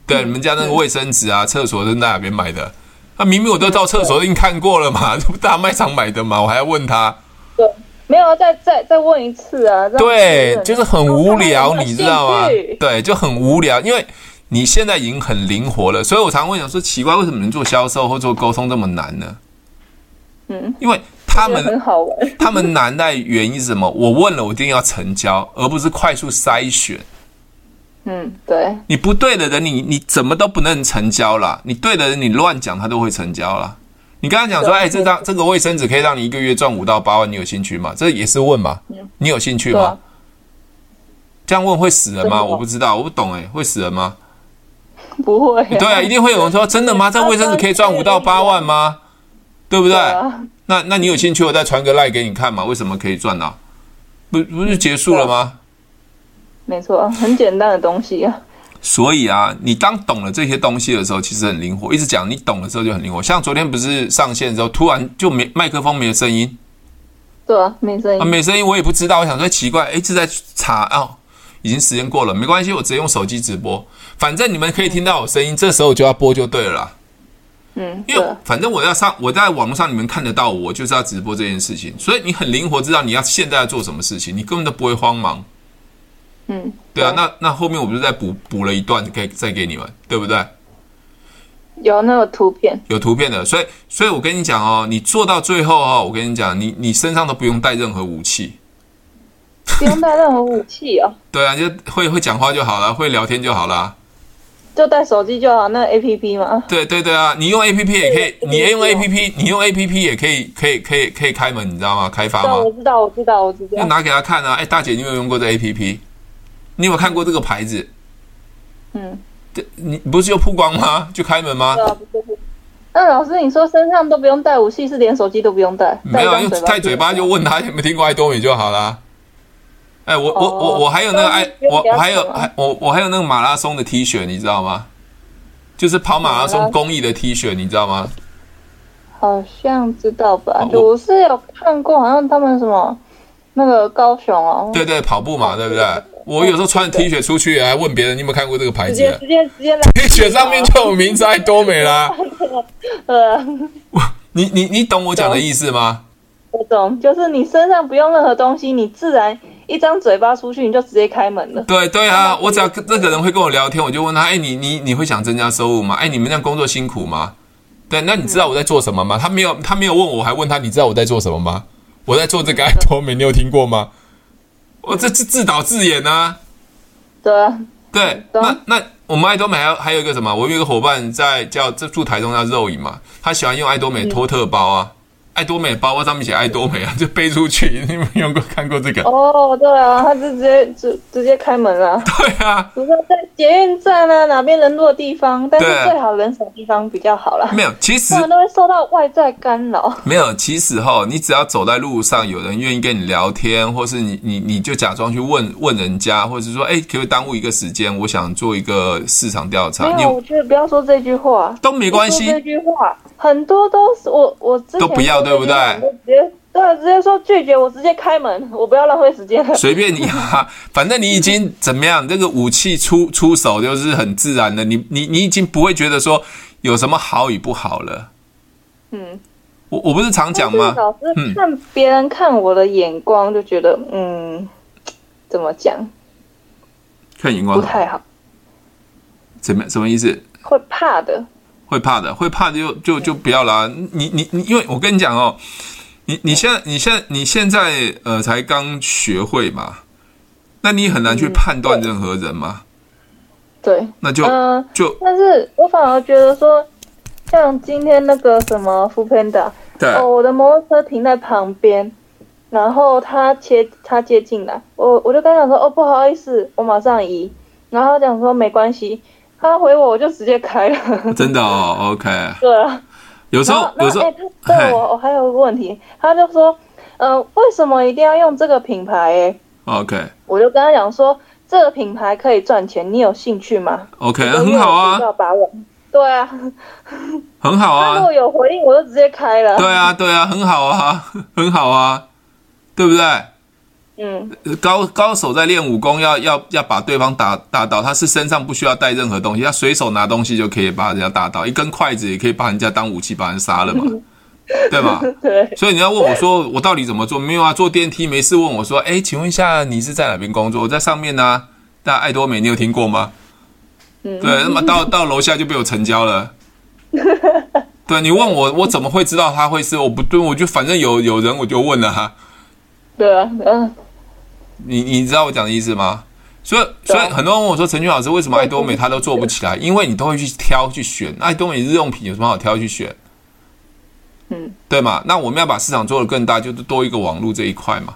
Speaker 1: 对，你们家那个卫生纸啊，厕所是在哪边买的？啊，明明我都到厕所已经看过了嘛， 这不大卖场买的嘛，我还要问他？
Speaker 2: 对，没有，啊再再再问一次啊。这样
Speaker 1: 对，
Speaker 2: 子
Speaker 1: 就是很无聊，你知道吗
Speaker 2: 有兴趣？
Speaker 1: 对，就很无聊，因为你现在已经很灵活了，所以我常会想说，奇怪，为什么你们做销售或做沟通这么难呢？
Speaker 2: 嗯，
Speaker 1: 因为他
Speaker 2: 觉得很
Speaker 1: 们
Speaker 2: 好玩。
Speaker 1: 他们难在原因是什么？我问了，我一定要成交，而不是快速筛选。
Speaker 2: 嗯，对，
Speaker 1: 你不对的人，你你怎么都不能成交啦。你对的人，你乱讲，他都会成交啦。你刚刚讲说，
Speaker 2: 对
Speaker 1: 哎，这张这个卫生纸可以让你一个月赚五到八万，你有兴趣吗？这也是问嘛，你有兴趣
Speaker 2: 对
Speaker 1: 吗
Speaker 2: 啊？，
Speaker 1: 这样问会死人
Speaker 2: 真
Speaker 1: 吗？
Speaker 2: 的吗
Speaker 1: 我不知道，我不懂哎、会死人吗？
Speaker 2: 不会啊。
Speaker 1: 对啊，一定会有人说真的吗？这样卫生纸可以赚五到八万吗？对不对？
Speaker 2: 啊，
Speaker 1: 那那你有兴趣，我再传个赖给你看嘛？为什么可以赚呢、啊不不是结束了吗？
Speaker 2: 没错，很简单的东西啊。
Speaker 1: 所以啊，你当懂了这些东西的时候，其实很灵活。一直讲你懂的时候就很灵活。像昨天不是上线之后，突然就没麦克风没有声音
Speaker 2: 对啊，没声
Speaker 1: 啊，
Speaker 2: 音，
Speaker 1: 没声音，我也不知道。我想说奇怪，诶，一直在查啊、哦，已经时间过了，没关系，我直接用手机直播，反正你们可以听到我声音，这时候我就要播就对了啦。
Speaker 2: 嗯，
Speaker 1: 因
Speaker 2: 对
Speaker 1: 为
Speaker 2: 啊，
Speaker 1: 反正我要上，我在网络上你们看得到我，我就是要直播这件事情，所以你很灵活，知道你要现在要做什么事情，你根本都不会慌忙。
Speaker 2: 嗯，
Speaker 1: 对啊，那那后面我不是再补补了一段，可以再给你们，对不对？
Speaker 2: 有那个图 片，
Speaker 1: 有图片的，所以所以我跟你讲哦，你做到最后哦，我跟你讲，你你身上都不用带任何武器，
Speaker 2: 不用带任何武器哦，
Speaker 1: 对啊，就会会讲话就好了，会聊天就好了。
Speaker 2: 就带手机就好，那 A P P 嘛，
Speaker 1: 对对对啊，你用 A P P 也可以，你用 A P P，你用 A P P 也可以，可以可以可以开门，你知道吗？开发
Speaker 2: 对啊，
Speaker 1: 吗
Speaker 2: 我？知道，我知道，我知
Speaker 1: 就
Speaker 2: 道，
Speaker 1: 拿给他看啊，哎，大姐，你有没有用过这 A P P？你有没有看过这个牌子？
Speaker 2: 嗯，
Speaker 1: 这你不是就曝光吗？就开门吗
Speaker 2: 对？啊，不是。 那老师，你说身上都不用带武器，是连手机都不用带？
Speaker 1: 没有啊，
Speaker 2: 一
Speaker 1: 用
Speaker 2: 张
Speaker 1: 带嘴巴
Speaker 2: 就
Speaker 1: 就
Speaker 2: 好
Speaker 1: 问他有没有听过爱多美就好啦。哎，我我
Speaker 2: 哦
Speaker 1: 我我还有那个爱，
Speaker 2: 那你
Speaker 1: 我
Speaker 2: 不用
Speaker 1: 我
Speaker 2: 给他啊
Speaker 1: 还有
Speaker 2: 钱吗
Speaker 1: 还我我还有那个马拉松的 T 恤，你知道吗？就是跑马拉
Speaker 2: 马拉
Speaker 1: 松
Speaker 2: 松
Speaker 1: 公益的 T 恤，你知道吗？
Speaker 2: 好像知道吧
Speaker 1: 哦？我
Speaker 2: 我是有看过，好像他们什么那个高雄哦，
Speaker 1: 对对，跑步嘛，对不对
Speaker 2: 对？
Speaker 1: 我有时候穿 T 恤出去，还问别人你有没有看过这个牌
Speaker 2: 直
Speaker 1: 子啊
Speaker 2: 接直接直接来，
Speaker 1: ？T 恤上面就有名字爱多美啦。
Speaker 2: 呃，
Speaker 1: 你你你懂我讲的意思吗？
Speaker 2: 我懂，就是你身上不用任何东西，你自然一张嘴巴出去，你就直接开门了。
Speaker 1: 对对啊，
Speaker 2: 嗯
Speaker 1: 我只要跟这个人会跟我聊天，我就问他，哎，你你你会想增加收入吗？哎，你们这样工作辛苦吗？对，那你知道我在做什么吗？他没有，他没有问我，我还问他，你知道我在做什么吗？我在做这
Speaker 2: 嗯
Speaker 1: 个爱多美，你有听过吗？我这是自导自演啊。
Speaker 2: 对啊，
Speaker 1: 对，
Speaker 2: 懂
Speaker 1: 那那我们爱多美还有还有一个什么？我有一个伙伴在叫这住台中叫肉影嘛，他喜欢用爱多
Speaker 2: 嗯
Speaker 1: 美托特包啊，爱多美包包上面写爱多美啊，就背出去。你有没有用过看过这个？
Speaker 2: 哦，对啊，他就直接直直接开 门了。
Speaker 1: 对啊，
Speaker 2: 比如说在捷运站啊，哪边人多的地方，但是
Speaker 1: 对
Speaker 2: 最好人少的地方比较好啦，
Speaker 1: 没有，其实
Speaker 2: 不然都会受到外在干扰。
Speaker 1: 没有，其实哈，你只要走在路上，有人愿意跟你聊天，或是你你你就假装去问问人家，或者是说，哎，可不可以耽误一个时间？我想做一个市场调查，
Speaker 2: 没
Speaker 1: 你
Speaker 2: 有，我觉得不要说这句话，
Speaker 1: 都没关
Speaker 2: 你说这
Speaker 1: 系。
Speaker 2: 句话很多都是我我之前
Speaker 1: 都不要
Speaker 2: 说这句话
Speaker 1: 对不对？
Speaker 2: 我直接对，直接说拒绝，我直接开门，我不要浪费时间。
Speaker 1: 随便你啊， 反正你已经怎么样，这个武器出出手就是很自然的，你你你已经不会觉得说有什么好与不好了。
Speaker 2: 嗯，
Speaker 1: 我我不是常讲
Speaker 2: 但
Speaker 1: 吗
Speaker 2: 是？老
Speaker 1: 嗯
Speaker 2: 师看别人看我的眼光，就觉得嗯，怎么讲
Speaker 1: 看荧
Speaker 2: 不
Speaker 1: 光
Speaker 2: 太好，
Speaker 1: 怎么什么意思？
Speaker 2: 会怕的。
Speaker 1: 会怕的，会怕的就就就不要啦。你你你，因为我跟你讲哦，你你现在你现在你现在呃才刚学会嘛，那你很难去
Speaker 2: 嗯
Speaker 1: 判断任何人嘛，
Speaker 2: 对，
Speaker 1: 那就
Speaker 2: 嗯、
Speaker 1: 就
Speaker 2: 但是我反而觉得说，像今天那个什么 f o o Panda，
Speaker 1: 对
Speaker 2: 哦，我的摩托车停在旁边，然后他切他接进来，我我就跟他讲说，哦，不好意思，我马上移，然后他讲说没关系，他回我我就直接开了，
Speaker 1: 真的哦，OK。
Speaker 2: 对啊，
Speaker 1: 有时
Speaker 2: 然
Speaker 1: 候
Speaker 2: 后
Speaker 1: 有
Speaker 2: 然
Speaker 1: 时
Speaker 2: 后
Speaker 1: 候
Speaker 2: 哎，他
Speaker 1: 嘿
Speaker 2: 对我我还有个问题，他就说，呃，为什么一定要用这个品牌、欸？
Speaker 1: OK
Speaker 2: 我就跟他讲说，这个品牌可以赚钱，你有兴趣吗？
Speaker 1: OK
Speaker 2: 我说
Speaker 1: 很好啊
Speaker 2: 没，有我不知道把我，对啊，
Speaker 1: 很好
Speaker 2: 他如
Speaker 1: 啊
Speaker 2: 果，有回应，我就直接开了。
Speaker 1: 对，啊对啊，很好啊， 很好啊，对不对？
Speaker 2: 嗯，
Speaker 1: 高高手在练武功要，要要把对方打打倒，他是身上不需要带任何东西，他随手拿东西就可以把人家打倒，一根筷子也可以把人家当武器把人杀了嘛，对吧？
Speaker 2: 对。
Speaker 1: 所以你要问我说我到底怎么做？没有啊，坐电梯没事问我说，哎，请问一下你是在哪边工作？我在上面呢、那爱多美你有听过吗？
Speaker 2: 嗯
Speaker 1: 对，那么到到楼下就被我成交了。对你问我，我怎么会知道他会是？我不对，我就反正有有人我就问了啊哈、
Speaker 2: 对啊，嗯，
Speaker 1: 你你知道我讲的意思吗？所以所以
Speaker 2: 对啊
Speaker 1: 很多人问我说，陈俊老师为什么爱多美他都做不起来？因为你都会去挑去选，爱多美日用品有什么好挑去选？
Speaker 2: 嗯，
Speaker 1: 对嘛？那我们要把市场做得更大，就是多一个网络这一块嘛，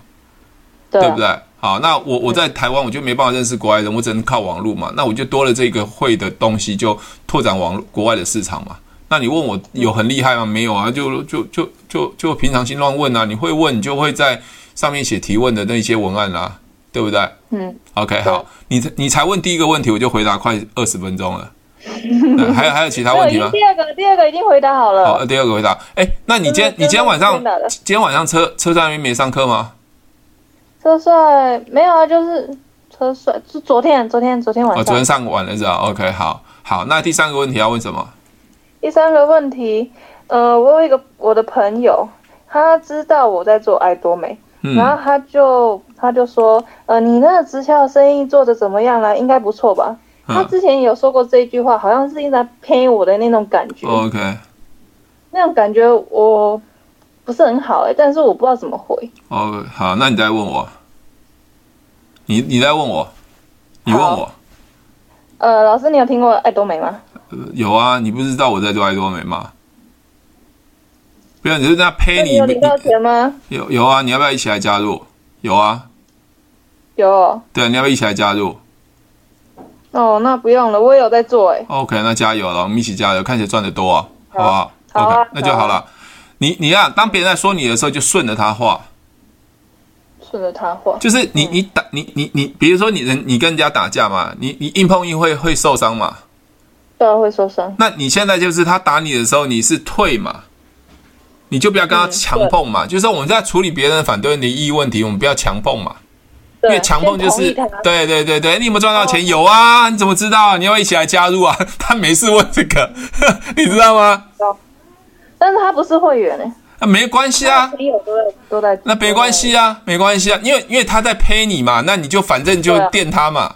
Speaker 2: 对
Speaker 1: 对
Speaker 2: 啊
Speaker 1: 不对？好，那我我在台湾我就没办法认识国外人，我只能靠网络嘛。那我就多了这个会的东西，就拓展网络国外的市场嘛。那你问
Speaker 2: 嗯
Speaker 1: 我有很厉害吗？没有啊，就就就就就平常心乱问啊。你会问，你就会在上面写提问的那些文案啦、对不对
Speaker 2: 嗯，
Speaker 1: ？OK，
Speaker 2: 对
Speaker 1: 好，你才你才问第一个问题，我就回答快二十分钟 了。对还有还有其他
Speaker 2: 那
Speaker 1: 问
Speaker 2: 已
Speaker 1: 题
Speaker 2: 经
Speaker 1: 吗？
Speaker 2: 第二个第二个已经回答好了。嗯
Speaker 1: 好，第二个回答。哎，那你今天
Speaker 2: 真的
Speaker 1: 你今天晚上
Speaker 2: 真的真的
Speaker 1: 今天晚上车车上面没上课吗？
Speaker 2: 车帅没有啊，就是车帅，是昨天昨天昨天晚
Speaker 1: 哦，
Speaker 2: 上。
Speaker 1: 昨天上晚了是吧？OK，好好。那第三个问题要问什么？
Speaker 2: 第三个问题，呃，我有一个我的朋友，他知道我在做爱多美，
Speaker 1: 嗯
Speaker 2: 然后他就他就说，呃，你那个直销生意做的怎么样啊了？应该不错吧？他
Speaker 1: 嗯
Speaker 2: 之前有说过这句话，好像是一直在骗我的那种感觉，
Speaker 1: ，OK
Speaker 2: 那种感觉我不是很好哎、但是我不知道怎么回。
Speaker 1: 哦，好，那你再问我，你你再问我，你问我。
Speaker 2: 呃，老师，你有听过爱多美吗？
Speaker 1: 呃有啊，你不知道我在做爱多美吗？不要，你是在
Speaker 2: 那
Speaker 1: 呸
Speaker 2: 你
Speaker 1: 哎你
Speaker 2: 有领到钱吗？
Speaker 1: 有有啊，你要不要一起来加入？有啊，
Speaker 2: 有哦
Speaker 1: 对啊，你要不要一起来加入
Speaker 2: 哦，那不用了，我也有在做哎、
Speaker 1: ？OK，那加油了，我们一起加油，看谁赚的多啊，好不好
Speaker 2: 好
Speaker 1: o
Speaker 2: 啊好
Speaker 1: k
Speaker 2: 啊
Speaker 1: 那就好了。你你啊，当别人在说你的时候，就顺着他话，
Speaker 2: 顺着他话。
Speaker 1: 就是你你打你你你，比如说你人你跟人家打架嘛，你你硬碰硬会会受伤嘛。
Speaker 2: 对啊，会受伤。
Speaker 1: 那你现在就是他打你的时候，你是退嘛，你就不要跟他
Speaker 2: 嗯
Speaker 1: 强碰嘛。就是我们在处理别人反对你异议问题，我们不要强碰嘛，因
Speaker 2: 对，啊
Speaker 1: 为强碰就
Speaker 2: 先
Speaker 1: 是
Speaker 2: 同意他哦
Speaker 1: 对啊对对对，你有没有赚到钱？有啊，你怎么知道？你要不要一起来加入啊？ 他没事问这个， 你知道吗？
Speaker 2: 但是他不是会员呢、欸
Speaker 1: 那没关系啊，
Speaker 2: 朋友都在都在，
Speaker 1: 那没关系啊，没关系啊，因为因为他在陪你嘛，那你就反正就
Speaker 2: 对啊
Speaker 1: 垫他嘛。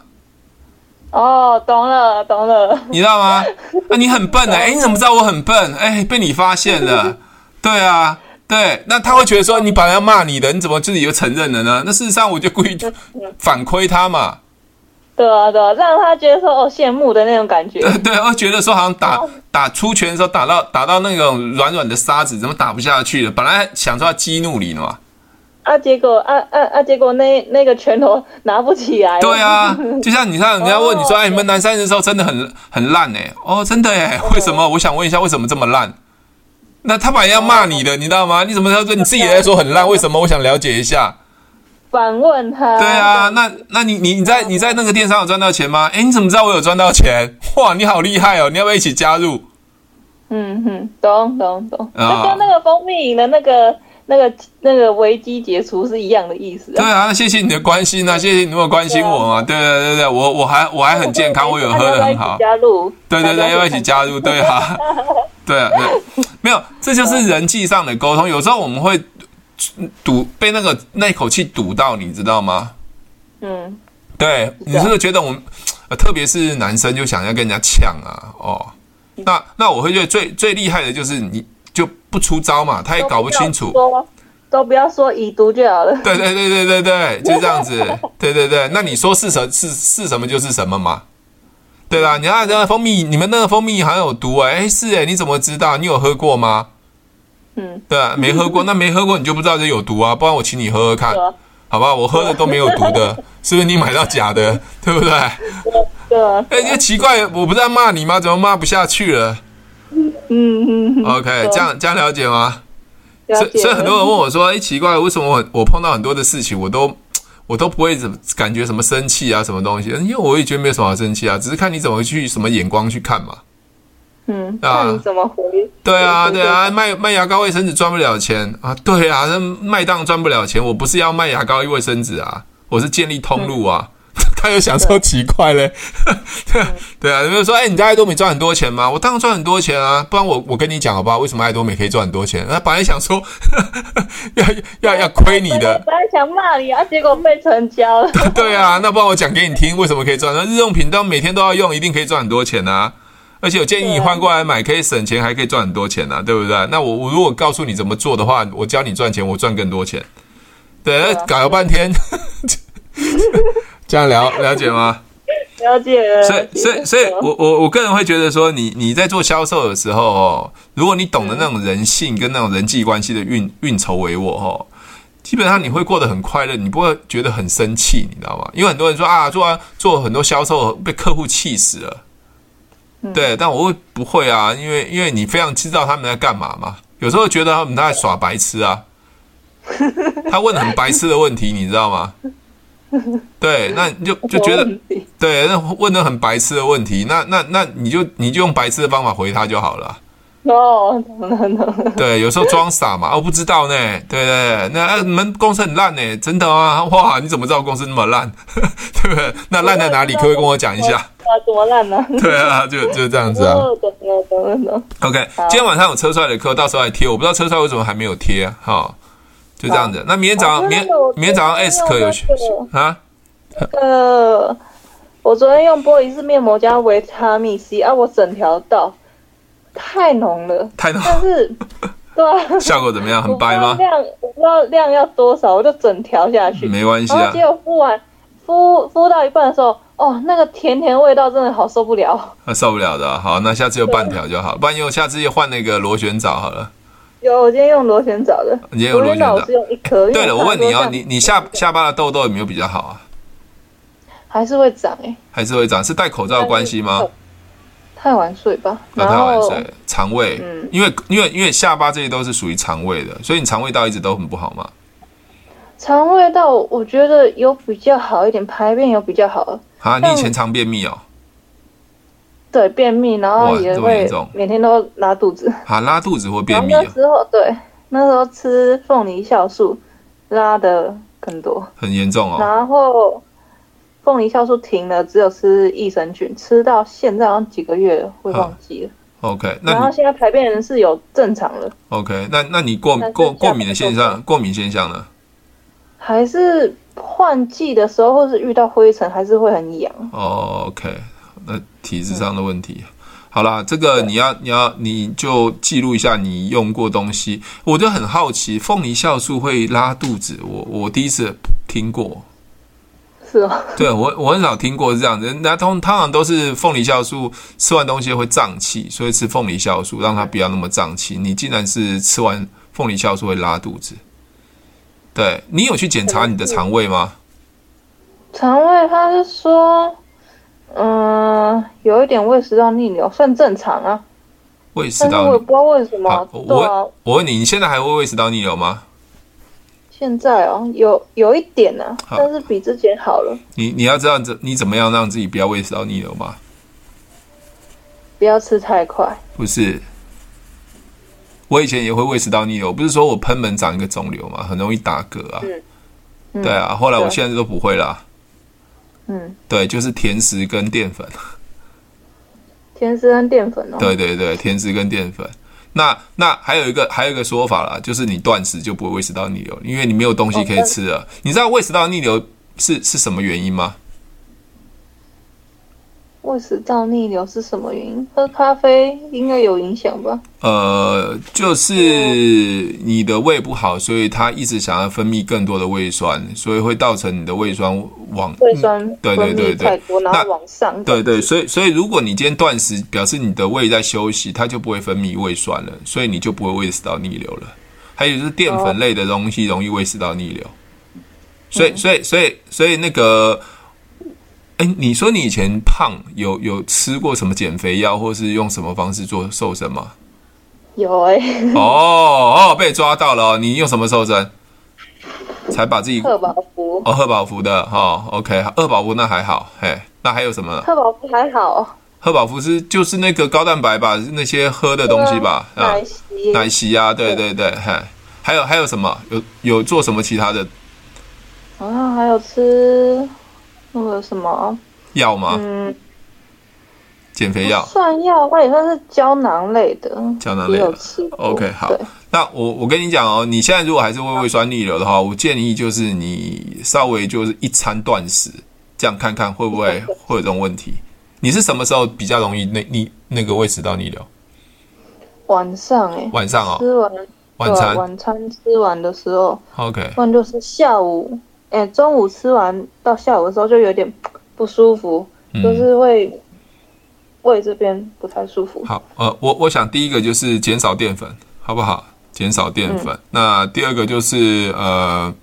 Speaker 2: 哦，懂了懂了，
Speaker 1: 你知道吗？啊，你很笨的、哎、你怎么知道我很笨？哎、被你发现了，对啊，对，那他会觉得说你本来要骂你的，你怎么自己就承认了呢？那事实上我就故意反亏他嘛，
Speaker 2: 嗯对啊对啊，让他觉得说哦羡慕的那种感觉，
Speaker 1: 对 对，会觉得说好像打打出拳的时候打到打到那种软软的沙子，怎么打不下去了？本来想说要激怒你呢嘛，
Speaker 2: 啊结果啊啊啊结果那那个拳头拿不起来，
Speaker 1: 对， 啊，就像你看人家问你说，哎、你们南山的时候真的很很烂哎、哦，真的哎、为什么？我想问一下，为什么这么烂？那他本来要骂你的，你知道吗？你怎么要说你自己也在说很烂？为什么？我想了解一下。
Speaker 2: 反问他，
Speaker 1: 对啊，那那你你你在你在那个电商有赚到钱吗？哎，你怎么知道我有赚到钱？哇，你好厉害哦！你要不要一起加入？
Speaker 2: 嗯哼，懂懂懂，
Speaker 1: 啊
Speaker 2: 就跟那个蜂蜜饮的那个那个那个危机解除是一样的意 思、
Speaker 1: 对
Speaker 2: 啊，
Speaker 1: 啊，那谢谢你的关心啊，谢谢你那么关心我嘛。对对对对，我我还我还很健 康，我有喝的很好
Speaker 2: 大家一起。加入，
Speaker 1: 对对
Speaker 2: 大
Speaker 1: 对，
Speaker 2: 家
Speaker 1: 要不要一起加入？对 啊，对啊，对，没有，这就是人际上的沟通。有时候我们会堵被那个那口气堵到，你知道吗？
Speaker 2: 嗯，
Speaker 1: 对，你是不是觉得我们，呃特别是男生就想要跟人家呛啊？哦，那那我会觉得最最厉害的就是你就不出招嘛，他也哎搞不清楚。
Speaker 2: 都不要说都不要说已读就好了。
Speaker 1: 对对对对对 对，就这样子。对对对，那你说是什是是什么就是什么嘛。对啦，你看那个蜂蜜，你们那个蜂蜜好像有毒哎、诶是哎、你怎么知道？你有喝过吗？
Speaker 2: 嗯，
Speaker 1: 对啊，没喝 过，那没喝过你就不知道这有毒啊，不然我请你喝喝看
Speaker 2: 对，啊，
Speaker 1: 好吧？我喝的都没有毒 的，是不是你买到假的，对不对？
Speaker 2: 对啊，
Speaker 1: 哎、你奇怪，我不是在骂你吗？怎么骂不下去了
Speaker 2: 嗯嗯，
Speaker 1: ？OK，这样这样了解吗？
Speaker 2: 了
Speaker 1: 所以
Speaker 2: 解。
Speaker 1: 所以很多人问我说，哎、奇怪，为什么我我碰到很多的事情，我都我都不会怎么感觉什么生气啊，什么东西？因为我也觉得没有什么好生气啊，只是看你怎么去什么眼光去看嘛。
Speaker 2: 嗯，
Speaker 1: 啊
Speaker 2: 看你怎么回。
Speaker 1: 对啊，对
Speaker 2: 对
Speaker 1: 啊，卖卖牙膏卫生纸赚不了钱啊，对啊，那麦当赚不了钱，我不是要卖牙膏卫生纸啊，我是建立通路啊。 他又想说奇怪嘞， 对啊，有没有说哎、你在爱多美赚很多钱吗？我当然赚很多钱啊，不然我我跟你讲好不好？为什么爱多美可以赚很多钱？啊那本来想说 要要要亏你的，
Speaker 2: 本来想骂你啊，结果被成交了。
Speaker 1: 对啊，那不然我讲给你听，为什么可以赚？那日用品都每天都要用，一定可以赚很多钱啊！而且我建议你
Speaker 2: 对啊
Speaker 1: 换过来买，可以省钱，还可以赚很多钱啊，对不对？那我我如果告诉你怎么做的话，我教你赚钱，我赚更多钱。对，
Speaker 2: 啊
Speaker 1: 搞了半天， 这样了了解吗？
Speaker 2: 了解了。
Speaker 1: 所以，所以，所以
Speaker 2: 啊
Speaker 1: 我我我个人会觉得说你，你在做销售的时候、哦，如果你懂得那种人性跟那种人际关系的运运筹帷幄哦，基本上你会过得很快乐，你不会觉得很生气，你知道吗？因为很多人说啊，做啊做很多销售被客户气死了，对，但我会不会啊？因为因为你非常知道他们在干嘛嘛，有时候觉得他们在耍白痴啊，他问很白痴的问题，你知道吗？对，那你就就觉得对，那问的很白痴的问题，那那那你就你就用白痴的方法回他就好了啊。
Speaker 2: 哦，懂了懂了，
Speaker 1: 对，有时候装傻嘛，哦，不知道呢，对对，对那啊你们公司很烂呢，真的啊，哇，你怎么知道公司那么烂， 对不对？那烂在哪里？可不可以跟我讲一下？
Speaker 2: 啊，怎么烂呢、
Speaker 1: 对啊，就就这样子啊。
Speaker 2: 哦，懂了懂了懂了，
Speaker 1: OK，今天晚上有车帅的课，到时候来贴，我不知道车帅为什么还没有贴啊哈、就这样子。那明天早
Speaker 2: 好
Speaker 1: 上，明天
Speaker 2: 哦那我
Speaker 1: 明天早上
Speaker 2: 我
Speaker 1: S 课有学
Speaker 2: 那个
Speaker 1: 啊？
Speaker 2: 呃，我昨天用玻璃式面膜加维他命 C 啊，我整条到太浓了，
Speaker 1: 太浓，
Speaker 2: 但 是对啊，
Speaker 1: 效果怎么样？很掰
Speaker 2: 我
Speaker 1: 吗
Speaker 2: 不知？道量我不知道量要多少，我就整条下去，
Speaker 1: 没关系
Speaker 2: 然
Speaker 1: 啊
Speaker 2: 后，结果敷完敷敷到一半的时候，哦，那个甜甜味道真的好受不了。
Speaker 1: 啊受不了的啊、好，那下次就半条就好，不然我下次就换那个螺旋藻好了。
Speaker 2: 有，我今天用螺旋藻的，
Speaker 1: 你也有螺旋
Speaker 2: 藻
Speaker 1: 藻
Speaker 2: 我是？用一颗。因为
Speaker 1: 对了，我
Speaker 2: 怕
Speaker 1: 问你
Speaker 2: 说这
Speaker 1: 哦，
Speaker 2: 样
Speaker 1: 你你下下巴的痘痘有没有比较好啊？
Speaker 2: 还是会长哎、
Speaker 1: 还是会长？是戴口罩的关系吗？
Speaker 2: 太晚睡吧，
Speaker 1: 那
Speaker 2: 然
Speaker 1: 太晚
Speaker 2: 后
Speaker 1: 睡了，肠胃，
Speaker 2: 嗯
Speaker 1: 因为因为因为下巴这些都是属于肠胃的，所以你肠胃道一直都很不好嘛。
Speaker 2: 肠胃道我觉得有比较好一点，排便有比较好，
Speaker 1: 啊，你以前常便秘哦。
Speaker 2: 对便秘，然后
Speaker 1: 哇
Speaker 2: 也
Speaker 1: 这么严
Speaker 2: 会
Speaker 1: 重
Speaker 2: 每天都拉肚子。
Speaker 1: 啊，拉肚子或
Speaker 2: 然
Speaker 1: 便
Speaker 2: 后
Speaker 1: 秘
Speaker 2: 那
Speaker 1: 啊，
Speaker 2: 时候对，那时候吃凤梨酵素拉的更多，
Speaker 1: 很严重哦。
Speaker 2: 然后凤梨酵素停了，只有吃益生菌，吃到现在好像几个月了，会忘记了。
Speaker 1: OK，
Speaker 2: 然
Speaker 1: 啊那
Speaker 2: 后
Speaker 1: 你
Speaker 2: 现在排便是有正常了，
Speaker 1: OK，那那你过
Speaker 2: 但是
Speaker 1: 过
Speaker 2: 下
Speaker 1: 过敏的
Speaker 2: 巴
Speaker 1: 现
Speaker 2: 就
Speaker 1: 象，过敏现象呢？
Speaker 2: 还是换季的时候或是遇到灰尘还是会很痒。
Speaker 1: 哦，OK，那体质上的问题。好啦，这个你要你要你就记录一下你用过东西。我就很好奇，凤梨酵素会拉肚子，我我第一次听过。
Speaker 2: 是哦，
Speaker 1: 对我我很少听过是这样子，人家通通常都是凤梨酵素吃完东西会胀气，所以吃凤梨酵素让它不要那么胀气。你竟然是吃完凤梨酵素会拉肚子，对你有去检查你的肠胃
Speaker 2: 嗯
Speaker 1: 吗？
Speaker 2: 肠胃他是说，嗯、有一点胃食道逆流，算正常啊。
Speaker 1: 胃食
Speaker 2: 但是
Speaker 1: 道
Speaker 2: 我也不，知道为什么
Speaker 1: 好，
Speaker 2: 对啊，
Speaker 1: 我问你，你现在还会胃食道逆流吗？
Speaker 2: 现在哦，有有一点呢、
Speaker 1: 好
Speaker 2: 啊，但是比之前好了，
Speaker 1: 你你要知道怎你怎么样让自己不要胃食道逆流吗？
Speaker 2: 不要吃太快。
Speaker 1: 不是，我以前也会胃食道逆流，不是说我喷门长一个肿瘤嘛，很容易打嗝啊，
Speaker 2: 嗯、
Speaker 1: 对，啊，后来我
Speaker 2: 对
Speaker 1: 现在都不会啦。
Speaker 2: 嗯，
Speaker 1: 对，就是甜食跟淀粉。
Speaker 2: 甜食跟淀粉哦，
Speaker 1: 对对对，甜食跟淀粉。那那还有一个还有一个说法啦，就是你断食就不会胃食道逆流，因为你没有东西可以吃了。你知道胃食道逆流是是什么原因吗？
Speaker 2: 胃食道逆流是什么原因？喝咖啡应该有影响吧？
Speaker 1: 呃，就是你的胃不好，所以它一直想要分泌更多的胃酸，所以会造成你的胃酸往嗯
Speaker 2: 胃酸
Speaker 1: 对对
Speaker 2: 分
Speaker 1: 对
Speaker 2: 泌
Speaker 1: 对
Speaker 2: 太多，然
Speaker 1: 那
Speaker 2: 后往上。
Speaker 1: 对对，所以所以如果你今天断食，表示你的胃在休息，它就不会分泌胃酸了，所以你就不会胃食道逆流了。还有就是淀粉类的东西容易胃食道逆流，所
Speaker 2: 嗯
Speaker 1: 以所以所以所以那个，哎，你说你以前胖，有有吃过什么减肥药，或是用什么方式做瘦身吗？
Speaker 2: 有哎、
Speaker 1: 哦哦，被抓到了哦！你用什么瘦身？才把自己
Speaker 2: 特保福，
Speaker 1: 哦，贺宝福的哈、哦、，OK，贺宝福那还好，嘿，那还有什么呢？
Speaker 2: 特保福还好，
Speaker 1: 喝饱福是就是那个高蛋白吧，那些喝的东西吧，啊
Speaker 2: 奶，昔
Speaker 1: 奶昔啊，对对对，嗨，还有还有什么？有有做什么其他的
Speaker 2: 好像啊还有吃那个什么，啊
Speaker 1: 药吗？
Speaker 2: 嗯，
Speaker 1: 减肥药？
Speaker 2: 算药，它也算是胶囊类的，
Speaker 1: 胶囊类的
Speaker 2: 也有吃过。
Speaker 1: OK，好
Speaker 2: 对
Speaker 1: 那我我跟你讲哦，你现在如果还是胃胃酸逆流的话，我建议就是你稍微就是一餐断食，这样看看会不会会有这种问题。你是什么时候比较容易那你那个胃食道逆流？
Speaker 2: 晚上哎、
Speaker 1: 晚上哦，
Speaker 2: 吃完
Speaker 1: 晚
Speaker 2: 对
Speaker 1: 餐
Speaker 2: 晚餐吃完的时候，
Speaker 1: ，OK，
Speaker 2: 不然就是下午，哎、中午吃完到下午的时候就有点不舒服，就
Speaker 1: 嗯，
Speaker 2: 是会胃这边不太舒服。
Speaker 1: 好，呃，我我想第一个就是减少淀粉，好不好？减少淀粉。
Speaker 2: 嗯
Speaker 1: 那第二个就是呃，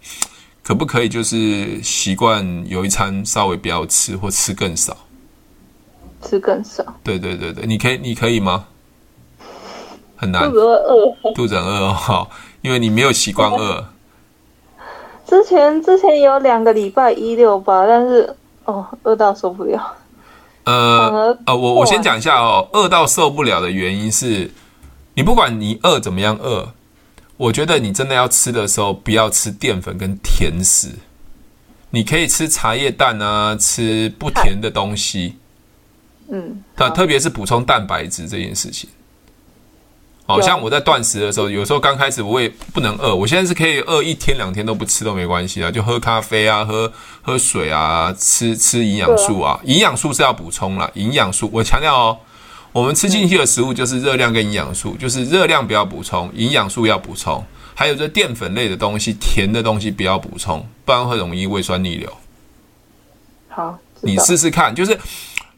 Speaker 1: 可不可以就是习惯有一餐稍微不要吃或吃更少？
Speaker 2: 吃更少，
Speaker 1: 对对对对，你可以你可以吗？很难
Speaker 2: 会不，会饿？
Speaker 1: 肚子很饿哦，因为你没有习惯饿。
Speaker 2: 之前之前有两个礼拜一六八，但是哦，饿到受不了。反
Speaker 1: 呃
Speaker 2: 而
Speaker 1: 呃，我
Speaker 2: 过
Speaker 1: 我先
Speaker 2: 完
Speaker 1: 讲一下哦，饿到受不了的原因是，你不管你饿怎么样饿，我觉得你真的要吃的时候，不要吃淀粉跟甜食，你可以吃茶叶蛋啊，吃不甜的东西，
Speaker 2: 嗯，
Speaker 1: 但特别是补充蛋白质这件事情。哦，
Speaker 2: 有
Speaker 1: 像我在断食的时候，有时候刚开始我也不能饿，我现在是可以饿一天两天都不吃都没关系啊，就喝咖啡啊，喝喝水啊，吃吃营养素啊，营养素是要补充啦，营养素我强调哦，我们吃进去的食物就是热量跟营养素，就是热量不要补充，营养素要补充，还有这淀粉类的东西、甜的东西不要补充，不然会容易胃酸逆流。
Speaker 2: 好，知
Speaker 1: 你
Speaker 2: 道
Speaker 1: 试试看，就是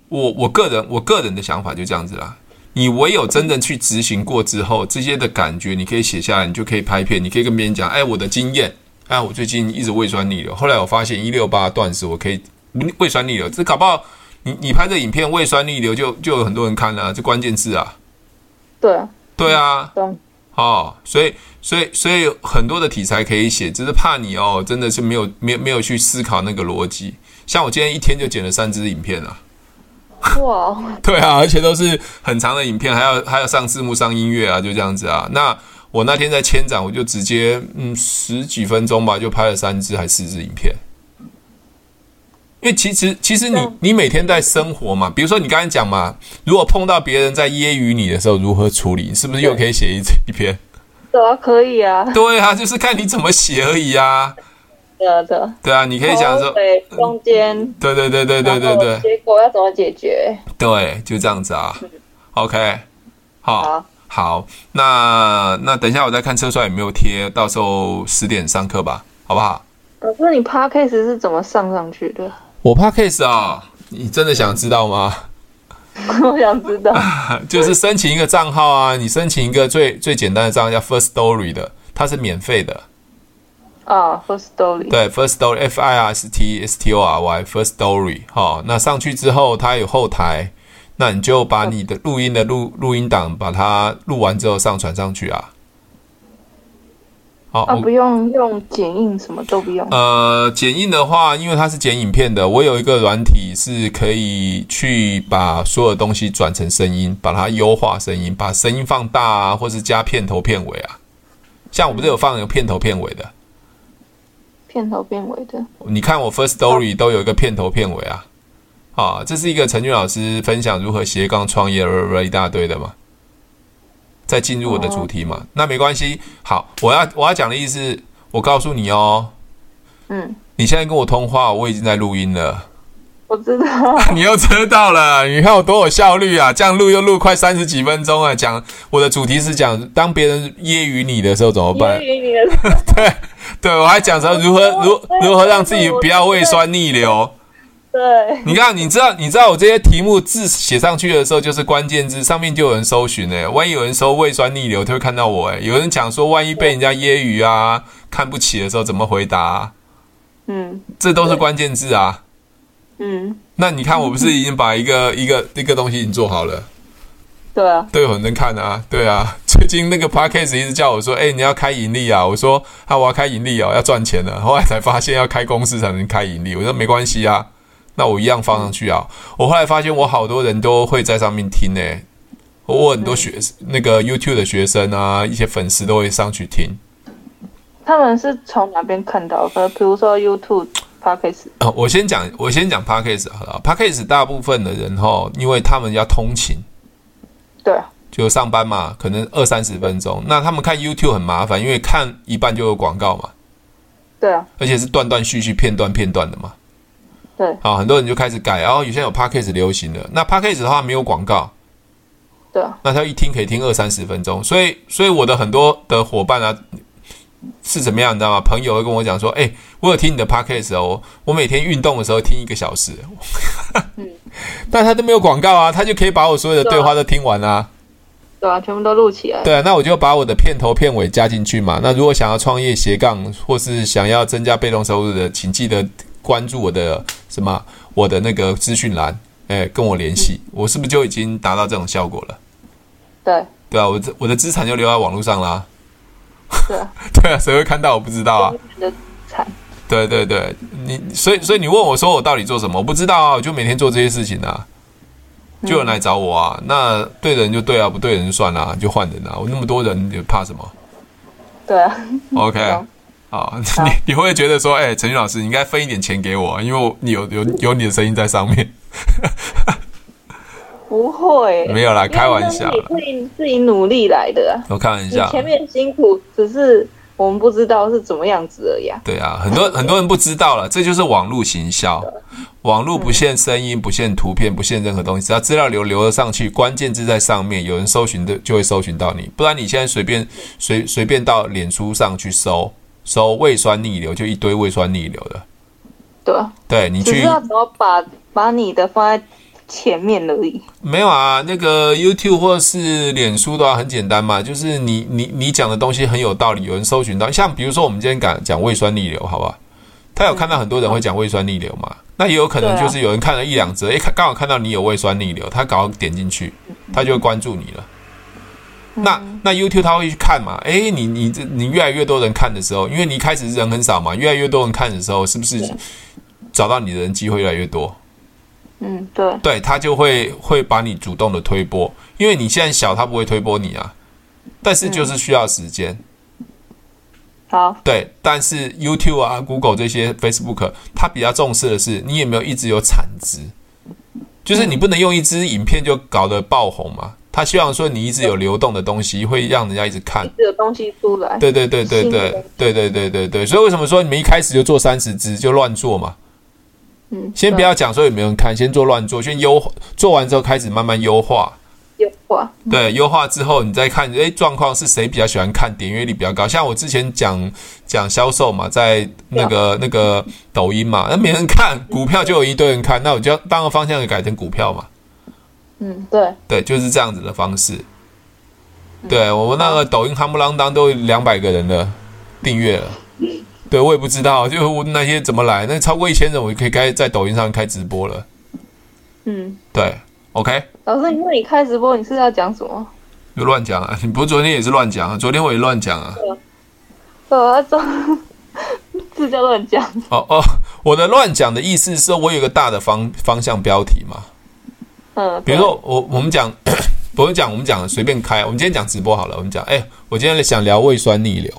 Speaker 1: 我我个人我个人的想法就这样子啦。你唯有真正去执行过之后，这些的感觉你可以写下来，你就可以拍片，你可以跟别人讲，哎，我的经验，哎，我最近一直胃酸逆流，后来我发现一六八断食，我可以胃酸逆流，这搞不好你你拍这影片胃酸逆流就就有很多人看了、这关键字啊，
Speaker 2: 对啊，
Speaker 1: 对啊，
Speaker 2: 懂
Speaker 1: 哦，所以所以所以很多的题材可以写，只是怕你哦，真的是没有没有没有去思考那个逻辑。像我今天一天就剪了三支影片啊，
Speaker 2: 哇，
Speaker 1: 对啊，而且都是很长的影片，还要还要上字幕、上音乐啊，就这样子啊。那我那天在千展，我就直接嗯十几分钟吧，就拍了三支还四支影片。因为其实其实你
Speaker 2: 嗯
Speaker 1: 你每天在生活嘛，比如说你刚才讲嘛，如果碰到别人在揶揄你的时候如何处理，你是不是又可以写一一篇？
Speaker 2: 对啊，可以啊，
Speaker 1: 对啊，就是看你怎么写而已啊。
Speaker 2: 对啊对啊。
Speaker 1: 对啊，你可以想说，
Speaker 2: 对，中间，
Speaker 1: 对对对对对对
Speaker 2: 然后
Speaker 1: 对
Speaker 2: 结果要怎么解决？
Speaker 1: 对，就这样子啊。OK，好，
Speaker 2: 好，
Speaker 1: 好，那那等一下我再看车帅有没有贴，到时候十点上课吧，好不好？
Speaker 2: 老师，你 podcast 是怎么上上去的？
Speaker 1: 我怕 case 啊、你真的想知道吗？
Speaker 2: 我想知 道。
Speaker 1: 就是申请一个账号啊，你申请一个最最简单的账号叫 First Story 的，它是免费的。
Speaker 2: 啊，First Story，
Speaker 1: 对，First Story F I R S T S T O R Y First Story 好，那上去之后它有后台，那你就把你的录音的录录音档把它录完之后上传上去啊。好，
Speaker 2: 啊，
Speaker 1: 我
Speaker 2: 不用用剪映，什么都不 用。
Speaker 1: 呃，剪映的话，因为它是剪影片的，我有一个软体是可以去把所有东西转成声音，把它优化声音，把声音放大啊，或是加片头片尾啊。像我不是有放有片头片尾的，
Speaker 2: 片头片尾的，
Speaker 1: 你看我 First Story 都有一个片头片尾啊，啊，这是一个陈俊老师分享如何斜杠创业了一大堆的嘛，再进入我的主题嘛，那没关系。好，我要我要讲的意思是，我告诉你哦，
Speaker 2: 嗯，
Speaker 1: 你现在跟我通话，我已经在录音了，
Speaker 2: 我知道。
Speaker 1: 你又知道了，你看我多有效率啊，这样录又录快三十几分钟啊，讲我的主题是讲当别人揶揄你的时候怎么办
Speaker 2: 揶？揄你的，
Speaker 1: 对我还讲说如何如如何让自己不要胃酸逆流。
Speaker 2: 对，
Speaker 1: 你看，你知道，你知道我这些题目字写上去的时候，就是关键字，上面就有人搜寻诶、万一有人搜胃酸逆流，就会看到我诶、欸有人讲说，万一被人家揶揄啊、看不起的时候怎么回答啊、
Speaker 2: 嗯
Speaker 1: 这都是关键字啊。
Speaker 2: 嗯，
Speaker 1: 那你看，我不是已经把一个一个一个东西已经做好了，
Speaker 2: 对啊，
Speaker 1: 都有人看啊，对啊。 最近那个 podcast 一直叫我说，哎、你要开盈利啊，我说啊，我要开盈利哦，要赚钱了。后来才发现要开公司才能开盈利，我说没关系啊，那我一样放上去啊。我后来发现我好多人都会在上面听呢、我很多学那个 YouTube 的学生啊，一些粉丝都会上去听。
Speaker 2: 他们是从哪边看到的？比如说 YouTube、Podcast，
Speaker 1: 啊，我先讲，我先讲 podcast 好了。podcast 大部分的人哈，因为他们要通勤，
Speaker 2: 对啊，
Speaker 1: 就上班嘛，可能二三十分钟。那他们看 YouTube 很麻烦，因为看一半就有广告嘛，
Speaker 2: 对啊，
Speaker 1: 而且是断断续续、片段片段的嘛。
Speaker 2: 对
Speaker 1: 啊，很多人就开始改，然、后有些有 Podcast 流行了。那 Podcast 的话没有广告，
Speaker 2: 对啊，
Speaker 1: 那他一听可以听二三十分钟。所以，所以我的很多的伙伴啊，是怎么样，你知道吗？朋友会跟我讲说，哎、我有听你的 Podcast 哦，我每天运动的时候听一个小时。
Speaker 2: 嗯
Speaker 1: 但他都没有广告啊，他就可以把我所有的对话都听完啊。
Speaker 2: 对啊，全部都录起来。
Speaker 1: 对啊，那我就把我的片头片尾加进去嘛。那如果想要创业斜杠，或是想要增加被动收入的，请记得关注我的什么，我的那个资讯栏，哎，跟我联系。我是不是就已经达到这种效果了？
Speaker 2: 对
Speaker 1: 对啊，我这我的资产就留在网络上啦。
Speaker 2: 对啊，
Speaker 1: 对啊，谁会看到？我不知道啊。
Speaker 2: 你的看。
Speaker 1: 对对对，你所以所以你问我说我到底做什么？我不知道啊，我就每天做这些事情啊，就有人来找我啊，那对的人就对啊，不对的人就算了、就换人啊，我那么多人，你怕什么
Speaker 2: 对啊，
Speaker 1: ？OK，
Speaker 2: 懂
Speaker 1: 好， 你你会觉得说，哎、陈宇老师，你应该分一点钱给我啊，因为我你有有有你的声音在上面，
Speaker 2: 不会，
Speaker 1: 没有啦，开玩笑啦，
Speaker 2: 因为那是你自己自己努力来的、啊。
Speaker 1: 我开玩
Speaker 2: 你
Speaker 1: 笑。
Speaker 2: 前面辛苦，只是我们不知道是怎么样子而已、啊。
Speaker 1: 对啊，很多很多人不知道了，这就是网络行销。网络不限声音，不限图片，不限任何东西，只要资料流流了上去，关键字在上面，有人搜寻的就会搜寻到你。不然你现在随便随随便到脸书上去搜搜胃酸逆流，就一堆胃酸逆流的。
Speaker 2: 对啊，
Speaker 1: 对你
Speaker 2: 只是
Speaker 1: 去
Speaker 2: 要怎么把把你的放在前面而已。
Speaker 1: 没有啊？那个 YouTube 或是脸书的话，很简单嘛，就是你你你讲的东西很有道理，有人搜寻到。像比如说我们今天讲讲胃酸逆流，好不好？他有看到很多人会讲胃酸逆流嘛，那也有可能
Speaker 2: 对啊
Speaker 1: 就是有人看了一两则，诶，看刚好看到你有胃酸逆流，他刚好点进去，他就会关注你了。
Speaker 2: 嗯
Speaker 1: 那那 YouTube 他会去看嘛？诶，你你这你越来越多人看的时候，因为你一开始人很少嘛，越来越多人看的时候，是不是找到你的人机会越来越多？
Speaker 2: 嗯，对，
Speaker 1: 对他就会会把你主动的推波，因为你现在小，他不会推波你啊。但是
Speaker 2: 啊
Speaker 1: 就是需要时间，
Speaker 2: 好，
Speaker 1: 对。但是 YouTube 啊、Google 这些 Facebook，它比较重视的是你有没有一直有产值，就是你不能用一支影片就搞得爆红嘛。他希望说你一直有流动的东西，会让人家一直看
Speaker 2: 一。直有东西出来。
Speaker 1: 啊对对对对
Speaker 2: 嗯
Speaker 1: 对
Speaker 2: 新的
Speaker 1: 对对对对对，所以为什么说你们一开始就做三十只就乱做嘛？
Speaker 2: 嗯，
Speaker 1: 先不要讲说有没有人看，先做乱做，先优做完之后开始慢慢优化。
Speaker 2: 有话，
Speaker 1: 对，优化之后你再看，诶，状况是谁比较喜欢看，点阅率比较高？像我之前讲讲销售嘛，在那个那个抖音嘛，那没人看，股票就有一堆人看，那我就要当个方向就改成股票嘛。
Speaker 2: 嗯，对，
Speaker 1: 对，就是这样子的方式。对我们那个抖音夯不啷当都两百个人了，订阅了。对我也不知道，就我那些怎么来？那超过一千人，我就可以该在抖音上开直播了。
Speaker 2: 嗯，
Speaker 1: 对，OK，
Speaker 2: 老师，你说你开直播，你是要讲什么？
Speaker 1: 就乱讲啊！你不是昨天也是乱讲啊？昨天我也乱讲啊！
Speaker 2: 我要做，啊 这叫乱讲。
Speaker 1: 哦哦，我的乱讲的意思是说，我有个大的方方向标题嘛。
Speaker 2: 嗯，
Speaker 1: 比如说我我们讲， 我们讲我们讲随便开，我们今天讲直播好了，我们讲，哎、我今天想聊胃酸逆流。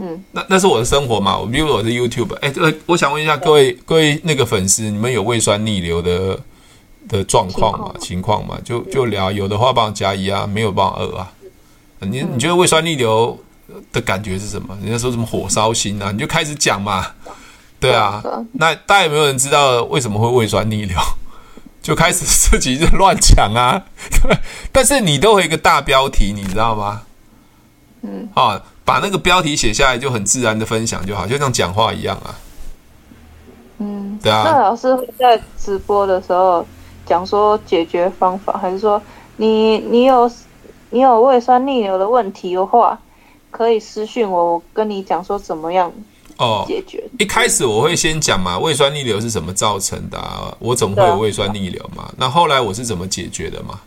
Speaker 2: 嗯，
Speaker 1: 那那是我的生活嘛，我比如我是 YouTube，哎、这个我想问一下各位各位那个粉丝，你们有胃酸逆流的的状况嗯吗？情况吗？就就聊，有的话帮我加一啊，没有帮我二啊。你你觉得胃酸逆流的感觉是什么？人家说什么火烧心啊，你就开始讲嘛。对啊
Speaker 2: 对啊，
Speaker 1: 那大家有没有人知道为什么会胃酸逆流？ 就开始自己就乱讲啊。 但是你都有一个大标题，你知道吗？嗯，啊，把那个标题写下来就很自然的分享就好，就像讲话一样啊。
Speaker 2: 嗯，
Speaker 1: 对
Speaker 2: 那
Speaker 1: 啊，
Speaker 2: 老师会在直播的时候讲说解决方法，还是说你你有你有胃酸逆流的问题的话，可以私讯我，我跟你讲说怎么样
Speaker 1: 哦，
Speaker 2: 解决。
Speaker 1: 一开始我会先讲嘛，胃酸逆流是怎么造成的、啊，我怎么会有胃酸逆流嘛？那后来我是怎么解决的嘛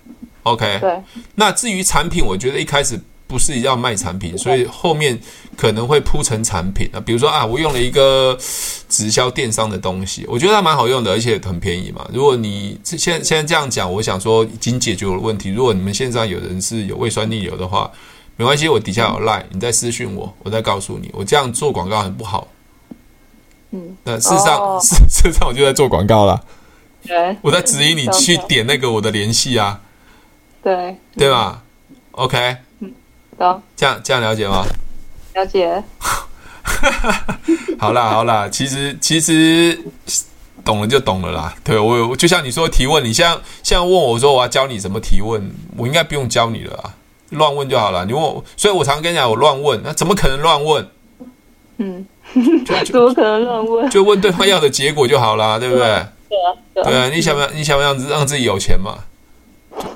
Speaker 1: ？OK，
Speaker 2: 对，
Speaker 1: 那至于产品，我觉得一开始不是要卖产品，所以后面可能会铺成产品啊，比如说啊，我用了一个直销电商的东西，我觉得它蛮好用的，而且很便宜嘛。如果你这现在现在这样讲，我想说已经解决我的问题。如果你们线上有人是有胃酸逆流的话，没关系，我底下有 line，你再私讯我，我再告诉你，我这样做广告很不好。
Speaker 2: 嗯，
Speaker 1: 那事实上，
Speaker 2: 哦
Speaker 1: 事 事实上我就在做广告啦，
Speaker 2: 对，
Speaker 1: 我在指引你去点那个我的联系啊，
Speaker 2: 对，
Speaker 1: 对吧？OK，
Speaker 2: 懂，
Speaker 1: 这样这样了解吗？
Speaker 2: 了解。
Speaker 1: 好啦好啦，其实其实懂了就懂了啦。对我有就像你说提问，你像像问我说我要教你怎么提问，我应该不用教你了啊，乱问就好了。你问我，所以我常跟你讲我乱问，那怎么可能乱问？
Speaker 2: 嗯，
Speaker 1: 就
Speaker 2: 怎
Speaker 1: 就
Speaker 2: 么可能乱问？
Speaker 1: 就问对方要的结果就好 啦，对不对？
Speaker 2: 对啊，
Speaker 1: 对
Speaker 2: 对啊，
Speaker 1: 啊，你想不想你想不想让自己有钱嘛？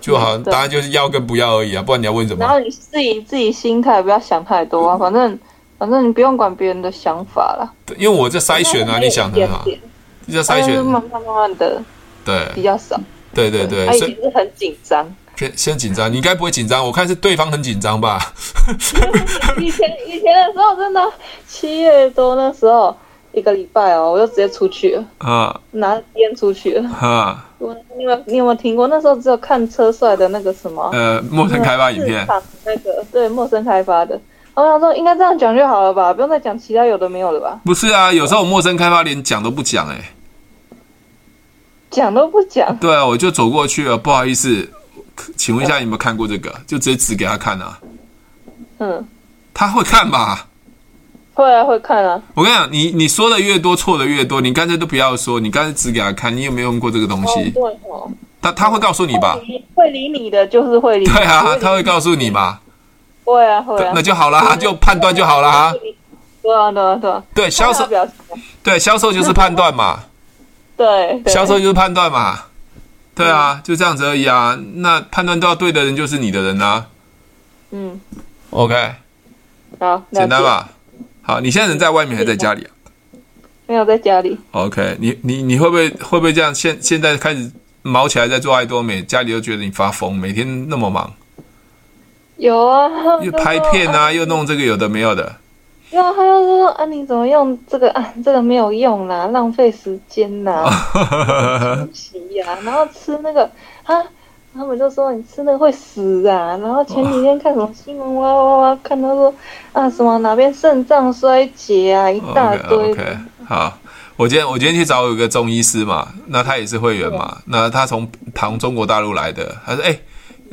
Speaker 1: 就就好，
Speaker 2: 对
Speaker 1: 答案就是要跟不要而已啊，不然你要问什
Speaker 2: 然后
Speaker 1: 么？
Speaker 2: 你自己自己心态不要想太多 啊，反正反正你不用管别人的想法啦。
Speaker 1: 因为我在筛选啊，你想
Speaker 2: 一
Speaker 1: 很
Speaker 2: 点
Speaker 1: 好，
Speaker 2: 点，哎
Speaker 1: 你在
Speaker 2: 但
Speaker 1: 筛
Speaker 2: 是
Speaker 1: 选，
Speaker 2: 慢慢慢慢的
Speaker 1: 对
Speaker 2: 比较少。
Speaker 1: 对对对
Speaker 2: 他，以
Speaker 1: 所以
Speaker 2: 前是很紧张，
Speaker 1: 先先紧张，你应该不会紧张，我看是对方很紧张吧？
Speaker 2: 以前以前的时候真的七月多那时候一个礼拜哦，我就直接出去了，
Speaker 1: 啊
Speaker 2: 拿烟出去了。
Speaker 1: 啊，
Speaker 2: 我你有你有没有听过？那时候只有看车帅的那个什么
Speaker 1: 呃，陌生开发影片
Speaker 2: 市，场那个哦对陌生开发的。然后我想说应该这样讲就好了吧，不用再讲其他有的没有了吧，
Speaker 1: 不是啊，有时候我陌生开发连讲都不讲哎、
Speaker 2: 讲都不讲。
Speaker 1: 对啊，我就走过去了，不好意思，请问一下你有没有看过这个？就直接指给他看啊，
Speaker 2: 嗯，
Speaker 1: 他会看吧？
Speaker 2: 会啊会看啊，
Speaker 1: 我跟你讲，你你说的越多，错的越多，你干脆都不要说，你干脆指给他看，你有没有用过这个东
Speaker 2: 哦
Speaker 1: 西？
Speaker 2: 对哦，
Speaker 1: 他他会告诉你吧？
Speaker 2: 会理你的就是会理你，
Speaker 1: 对啊，
Speaker 2: 理
Speaker 1: 他会告诉你吧？
Speaker 2: 会啊会啊，
Speaker 1: 那就好啦，就判断就好啦。
Speaker 2: 对啊对啊对啊，
Speaker 1: 对，销
Speaker 2: 看他
Speaker 1: 售
Speaker 2: 表情
Speaker 1: 对销售就是判断嘛。
Speaker 2: 对嗯对
Speaker 1: 销售就是判断嘛，对啊，就这样子而已啊。那判断到对的人就是你的人啊。
Speaker 2: 嗯
Speaker 1: OK，
Speaker 2: 好了解
Speaker 1: 简单吧？好，你现在人在外面还是在家里啊
Speaker 2: 没有在家里，
Speaker 1: ？OK，你你你会不会会不会这样？现现在开始忙起来在做爱多美，家里又觉得你发疯，每天那么忙，
Speaker 2: 有啊，他们
Speaker 1: 又
Speaker 2: 都说
Speaker 1: 拍片
Speaker 2: 啊
Speaker 1: 啊，又弄这个有的没有的。
Speaker 2: 然后他就说啊，你怎么用这个啊？这个没有用啦，浪费时间啦，
Speaker 1: 啊
Speaker 2: 休息呀。然后吃那个啊，他们就说你吃那个会死啊。然后前几天看什么新闻哇哇哇，看到说啊什么哪边肾脏衰竭啊，一大
Speaker 1: 哦 OK
Speaker 2: 堆。
Speaker 1: OK，好。啊我今天我今天去找有个中医师嘛，那他也是会员嘛，那他从唐中国大陆来的，他说：“哎、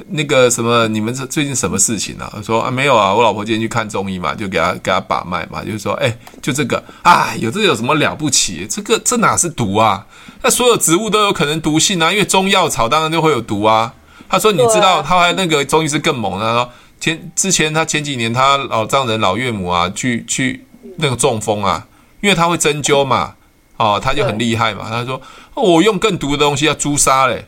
Speaker 1: 那个什么，你们这最近什么事情啊？”我说：“啊，没有啊，我老婆今天去看中医嘛，就给他给他把脉嘛，就说：哎、就这个啊，有这个有什么了不起？这个这哪是毒啊？那所有植物都有可能毒性啊，因为中药草当然就会有毒啊。”他说：“你知
Speaker 2: 对
Speaker 1: 道
Speaker 2: 啊
Speaker 1: 他还那个中医师更猛啊的，他说前之前他前几年他老丈人老岳母啊，去去那个中风啊，因为他会针灸嘛，哦，他就很厉害嘛。他说、哦我用更毒的东西啊，朱砂嘞，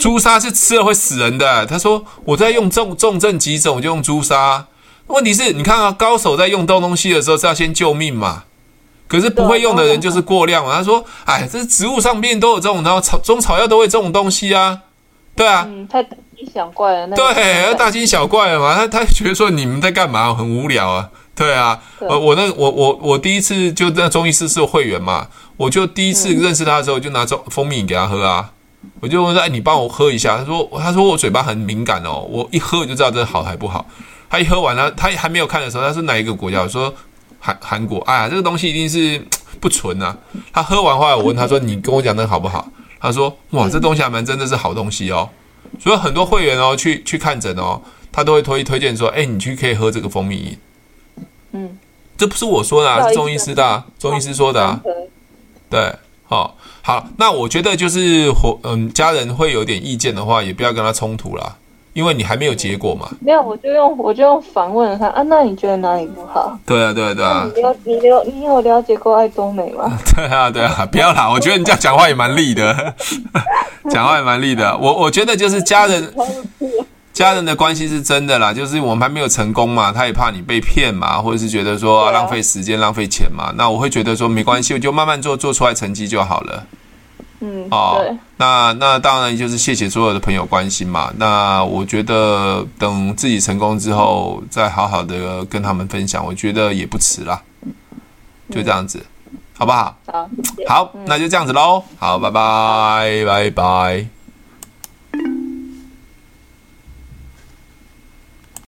Speaker 1: 朱砂是吃了会死人的。他说我在用重重症急诊，我就用朱砂。问题是，你看啊，高手在用这种东西的时候是要先救命嘛。可是不会用的人就是过量嘛。他说：“哎，这植物上面都有这种，然后草中草药都会这种东西啊，对啊，
Speaker 2: 嗯，太大惊小怪了。那个
Speaker 1: 对，要大惊小怪了嘛。他 他觉得说你们在干嘛，很无聊啊。对啊，
Speaker 2: 对
Speaker 1: 我我那我我我第一次就那中医师是会员嘛，我就第一次认识他的时候，我就拿中蜂蜜给他喝啊。我就问说：“哎，你帮我喝一下。”他说：“他说我嘴巴很敏感哦，我一喝就知道这好还不好。”他一喝完了，他还没有看的时候，他说哪一个国家？我说韩韩国。哎呀，这个东西一定是不纯啊。他喝完后来，我问他说：“你跟我讲那个好不好？”他说：“
Speaker 2: 嗯
Speaker 1: 哇，这东西还蛮真的是好东西哦。”所以很多会员哦，去去看诊哦，他都会推推荐说：“哎，你去可以喝这个蜂蜜饮。”
Speaker 2: 嗯，
Speaker 1: 这不是我说的、
Speaker 2: 不
Speaker 1: 啊，
Speaker 2: 好意
Speaker 1: 是
Speaker 2: 思哦
Speaker 1: 中医师的、啊，中医师说的、啊。
Speaker 2: 对
Speaker 1: 对，好、哦，好，那我觉得就是伙，嗯，家人会有点意见的话，也不要跟他冲突啦，因为你还没有结果嘛。
Speaker 2: 没有，我就用我就用反问他啊，那你觉得哪里不好？
Speaker 1: 对啊，对啊，对啊，
Speaker 2: 你了你了你有了解过爱多美吗？
Speaker 1: 对啊，对啊，不要 啦，我觉得你这样讲话也蛮利的， 讲话也蛮利的。我我觉得就是家人家人的关系是真的啦，就是我们还没有成功嘛，他也怕你被骗嘛，或者是觉得说、
Speaker 2: 对啊
Speaker 1: 浪费时间、浪费钱嘛。那我会觉得说没关系，我就慢慢做，做出来成绩就好了。
Speaker 2: 嗯，
Speaker 1: 哦
Speaker 2: 对，，
Speaker 1: 那那当然就是谢谢所有的朋友关心嘛。那我觉得等自己成功之后，再好好的跟他们分享，我觉得也不迟啦。就这样子，好不好？
Speaker 2: 好，谢谢。嗯
Speaker 1: 好，那就这样子喽。好，拜拜，拜拜。